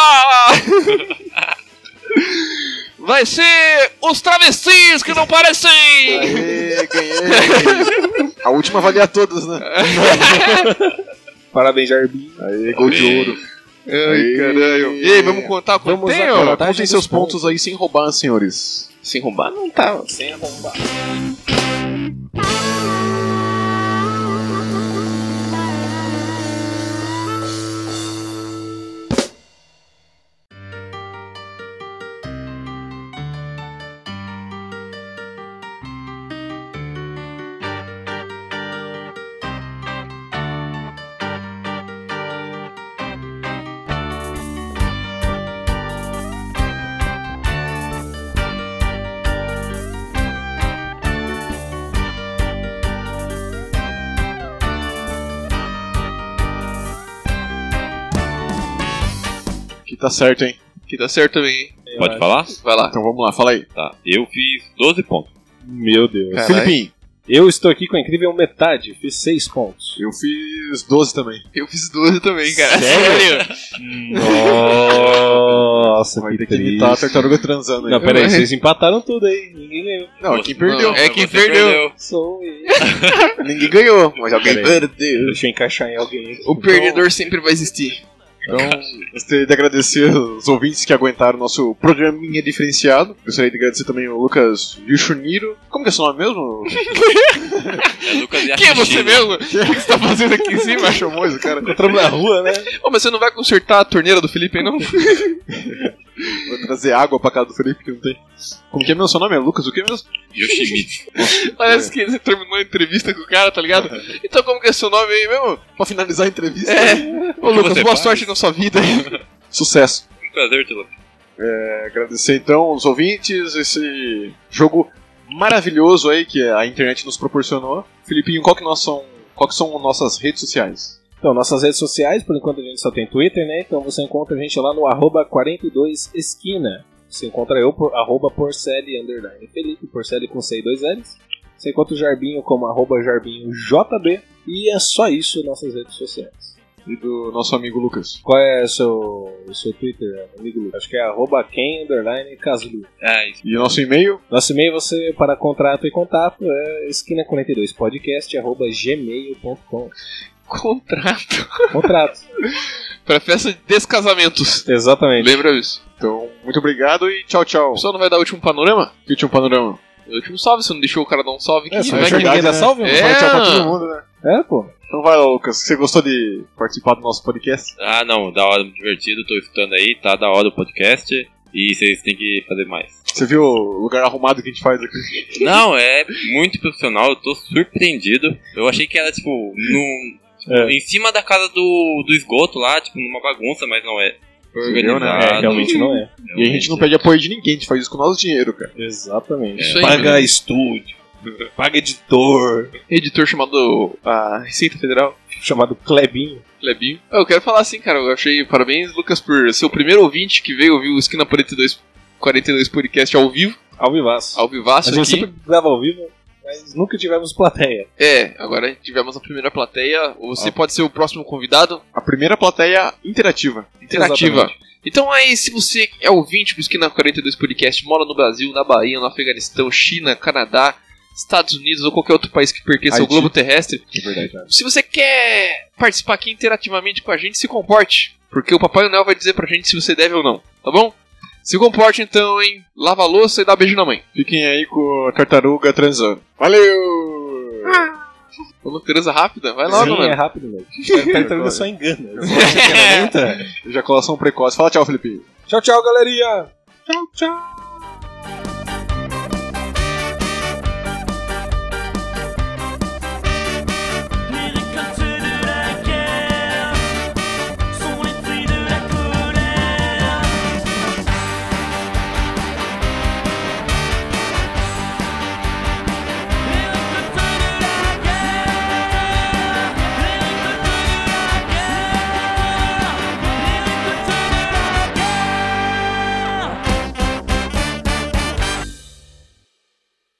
Speaker 5: vai ser os travestis que não parecem.
Speaker 3: Aê, ganhei! A última valia todas, né?
Speaker 2: Parabéns, Jarbinho.
Speaker 3: Aê, gol de ouro.
Speaker 5: Ai, caralho. E aí, vamos contar quanto
Speaker 2: Vamos
Speaker 5: tem,
Speaker 2: lá,
Speaker 5: ó?
Speaker 2: cara.
Speaker 3: Contem seus pontos aí sem roubar, senhores.
Speaker 5: Sem roubar não tá.
Speaker 3: Que tá certo, hein?
Speaker 5: Que tá certo também. hein?
Speaker 6: Pode falar?
Speaker 5: Vai lá.
Speaker 3: Então vamos lá, fala aí.
Speaker 6: Tá. Eu fiz 12 pontos.
Speaker 2: Meu Deus.
Speaker 5: Caralho.
Speaker 3: Filipinho,
Speaker 2: Eu estou aqui com a incrível metade, fiz 6 pontos.
Speaker 3: eu fiz 12 também.
Speaker 5: Eu fiz 12 também, cara. É Sério?
Speaker 2: Hum. Nossa,
Speaker 3: Vai ter que imitar a tartaruga transando aí.
Speaker 2: Não, peraí, vocês empataram tudo aí. Ninguém ganhou.
Speaker 3: Não, é quem perdeu.
Speaker 5: Não, é quem perdeu.
Speaker 2: Sou eu.
Speaker 3: Ninguém ganhou, mas alguém
Speaker 2: Peraí.
Speaker 3: perdeu.
Speaker 2: Deixa eu encaixar em alguém aqui.
Speaker 5: O perdedor sempre vai existir.
Speaker 3: Então, gostaria de agradecer os ouvintes que aguentaram o nosso programinha diferenciado. Gostaria de agradecer também o Lucas Yushuniro. Como que é seu nome mesmo?
Speaker 6: É Lucas e
Speaker 5: Quem é você
Speaker 6: Ashishino.
Speaker 5: mesmo? O que você tá fazendo aqui em cima?
Speaker 3: chamou esse cara?
Speaker 2: Entramos na rua, né?
Speaker 5: Ô, mas você não vai consertar a torneira do Felipe, aí, não?
Speaker 3: Vou trazer água pra casa do Felipe que não tem. Como que é meu seu nome? É Lucas o que mesmo?
Speaker 6: Yoshimitsu.
Speaker 5: Parece que você terminou a entrevista com o cara, tá ligado? Então como que é seu nome aí mesmo? É.
Speaker 3: Pra finalizar a entrevista.
Speaker 5: Ô, Lucas,
Speaker 6: você
Speaker 5: boa
Speaker 6: faz?
Speaker 5: sorte na sua vida.
Speaker 3: Sucesso.
Speaker 6: Um prazer, Tilo.
Speaker 3: É, agradecer então os ouvintes, esse jogo maravilhoso aí que a internet nos proporcionou. Felipinho, qual que nós são, qual que são nossas redes sociais?
Speaker 2: Então, nossas redes sociais, por enquanto a gente só tem Twitter, né? Então você encontra a gente lá no arroba 42esquina. Você encontra eu por arroba porcelli, underline Felipe, porcelli com C e dois L's. Você encontra o Jarbinho como arroba jarbinhojb. E é só isso nossas redes sociais.
Speaker 3: E do nosso amigo Lucas.
Speaker 2: Qual é o seu, o seu Twitter, amigo Lucas? Acho que é arroba quem, underline Caslu.
Speaker 6: Ah, isso.
Speaker 3: E o nosso e-mail?
Speaker 2: Nosso e-mail você, para contrato e contato, é esquina42podcast, arroba gmail.com.
Speaker 5: Contrato.
Speaker 2: Contrato.
Speaker 5: Pra festa de descasamentos.
Speaker 2: Exatamente.
Speaker 5: Lembra isso?
Speaker 3: Então, muito obrigado e tchau, tchau.
Speaker 5: O pessoal não vai dar o último panorama?
Speaker 3: Que tinha um panorama.
Speaker 5: O último tipo, salve, você não deixou o cara dar um salve aqui?
Speaker 2: É, só
Speaker 5: Vai que-
Speaker 2: verdade, ninguém dá
Speaker 3: né?
Speaker 2: salve, mano.
Speaker 5: É.
Speaker 3: Vai tchau pra todo mundo, né?
Speaker 2: É, pô.
Speaker 3: Então vai lá, Lucas. Você gostou de participar do nosso podcast?
Speaker 6: Ah, não. Da hora, muito divertido. Tô escutando aí. Tá da hora o podcast. E vocês têm que fazer mais.
Speaker 3: Você viu o lugar arrumado que a gente faz aqui?
Speaker 6: Não, é muito profissional. Eu tô surpreendido. Eu achei que era, tipo, num... tipo,
Speaker 2: É.
Speaker 6: Em cima da casa do, do esgoto lá, tipo, numa bagunça, mas não é.
Speaker 3: Entendeu,
Speaker 5: Ah,
Speaker 3: né?
Speaker 6: Organizado.
Speaker 2: É, realmente não é.
Speaker 3: E a gente não pede apoio de ninguém, a gente faz isso com o nosso dinheiro, cara.
Speaker 2: Exatamente.
Speaker 5: Isso aí, Paga
Speaker 2: estúdio. Paga editor.
Speaker 5: Editor chamado a Receita Federal,
Speaker 2: Chamado Clebinho.
Speaker 5: Lebinho. Eu quero falar assim, cara. Eu achei parabéns, Lucas, por ser o primeiro ouvinte que veio ouvir o Esquina 42, 42 Podcast ao vivo,
Speaker 2: Ao vivaço.
Speaker 5: ao
Speaker 2: a
Speaker 5: vivaço
Speaker 2: gente
Speaker 5: aqui.
Speaker 2: sempre grava ao vivo. né? mas nunca tivemos plateia.
Speaker 5: É, agora tivemos a primeira plateia. Você
Speaker 2: Ah.
Speaker 5: pode ser o próximo convidado
Speaker 3: A primeira plateia interativa.
Speaker 5: interativa. Então aí, se você é ouvinte do Esquina 42 Podcast, mora no Brasil, na Bahia, no Afeganistão, China, Canadá, Estados Unidos ou qualquer outro país que pertença ao
Speaker 3: Haiti.
Speaker 5: globo terrestre,
Speaker 3: É verdade, né?
Speaker 5: se você quer participar aqui interativamente com a gente, se comporte. Porque o Papai Noel vai dizer pra gente se você deve ou não, tá bom? Se comporte então, hein? Lava a louça e dá beijo na mãe.
Speaker 3: Fiquem aí com a tartaruga transando. Valeu!
Speaker 5: Vamos transa rápida? Vai
Speaker 2: Sim,
Speaker 5: logo,
Speaker 2: é
Speaker 5: mano.
Speaker 2: rápido mesmo. A tartaruga Tá só engana.
Speaker 3: Você que era lenta, Ejaculação precoce. Fala tchau, Felipe.
Speaker 2: Tchau, tchau, galerinha!
Speaker 3: Tchau, tchau.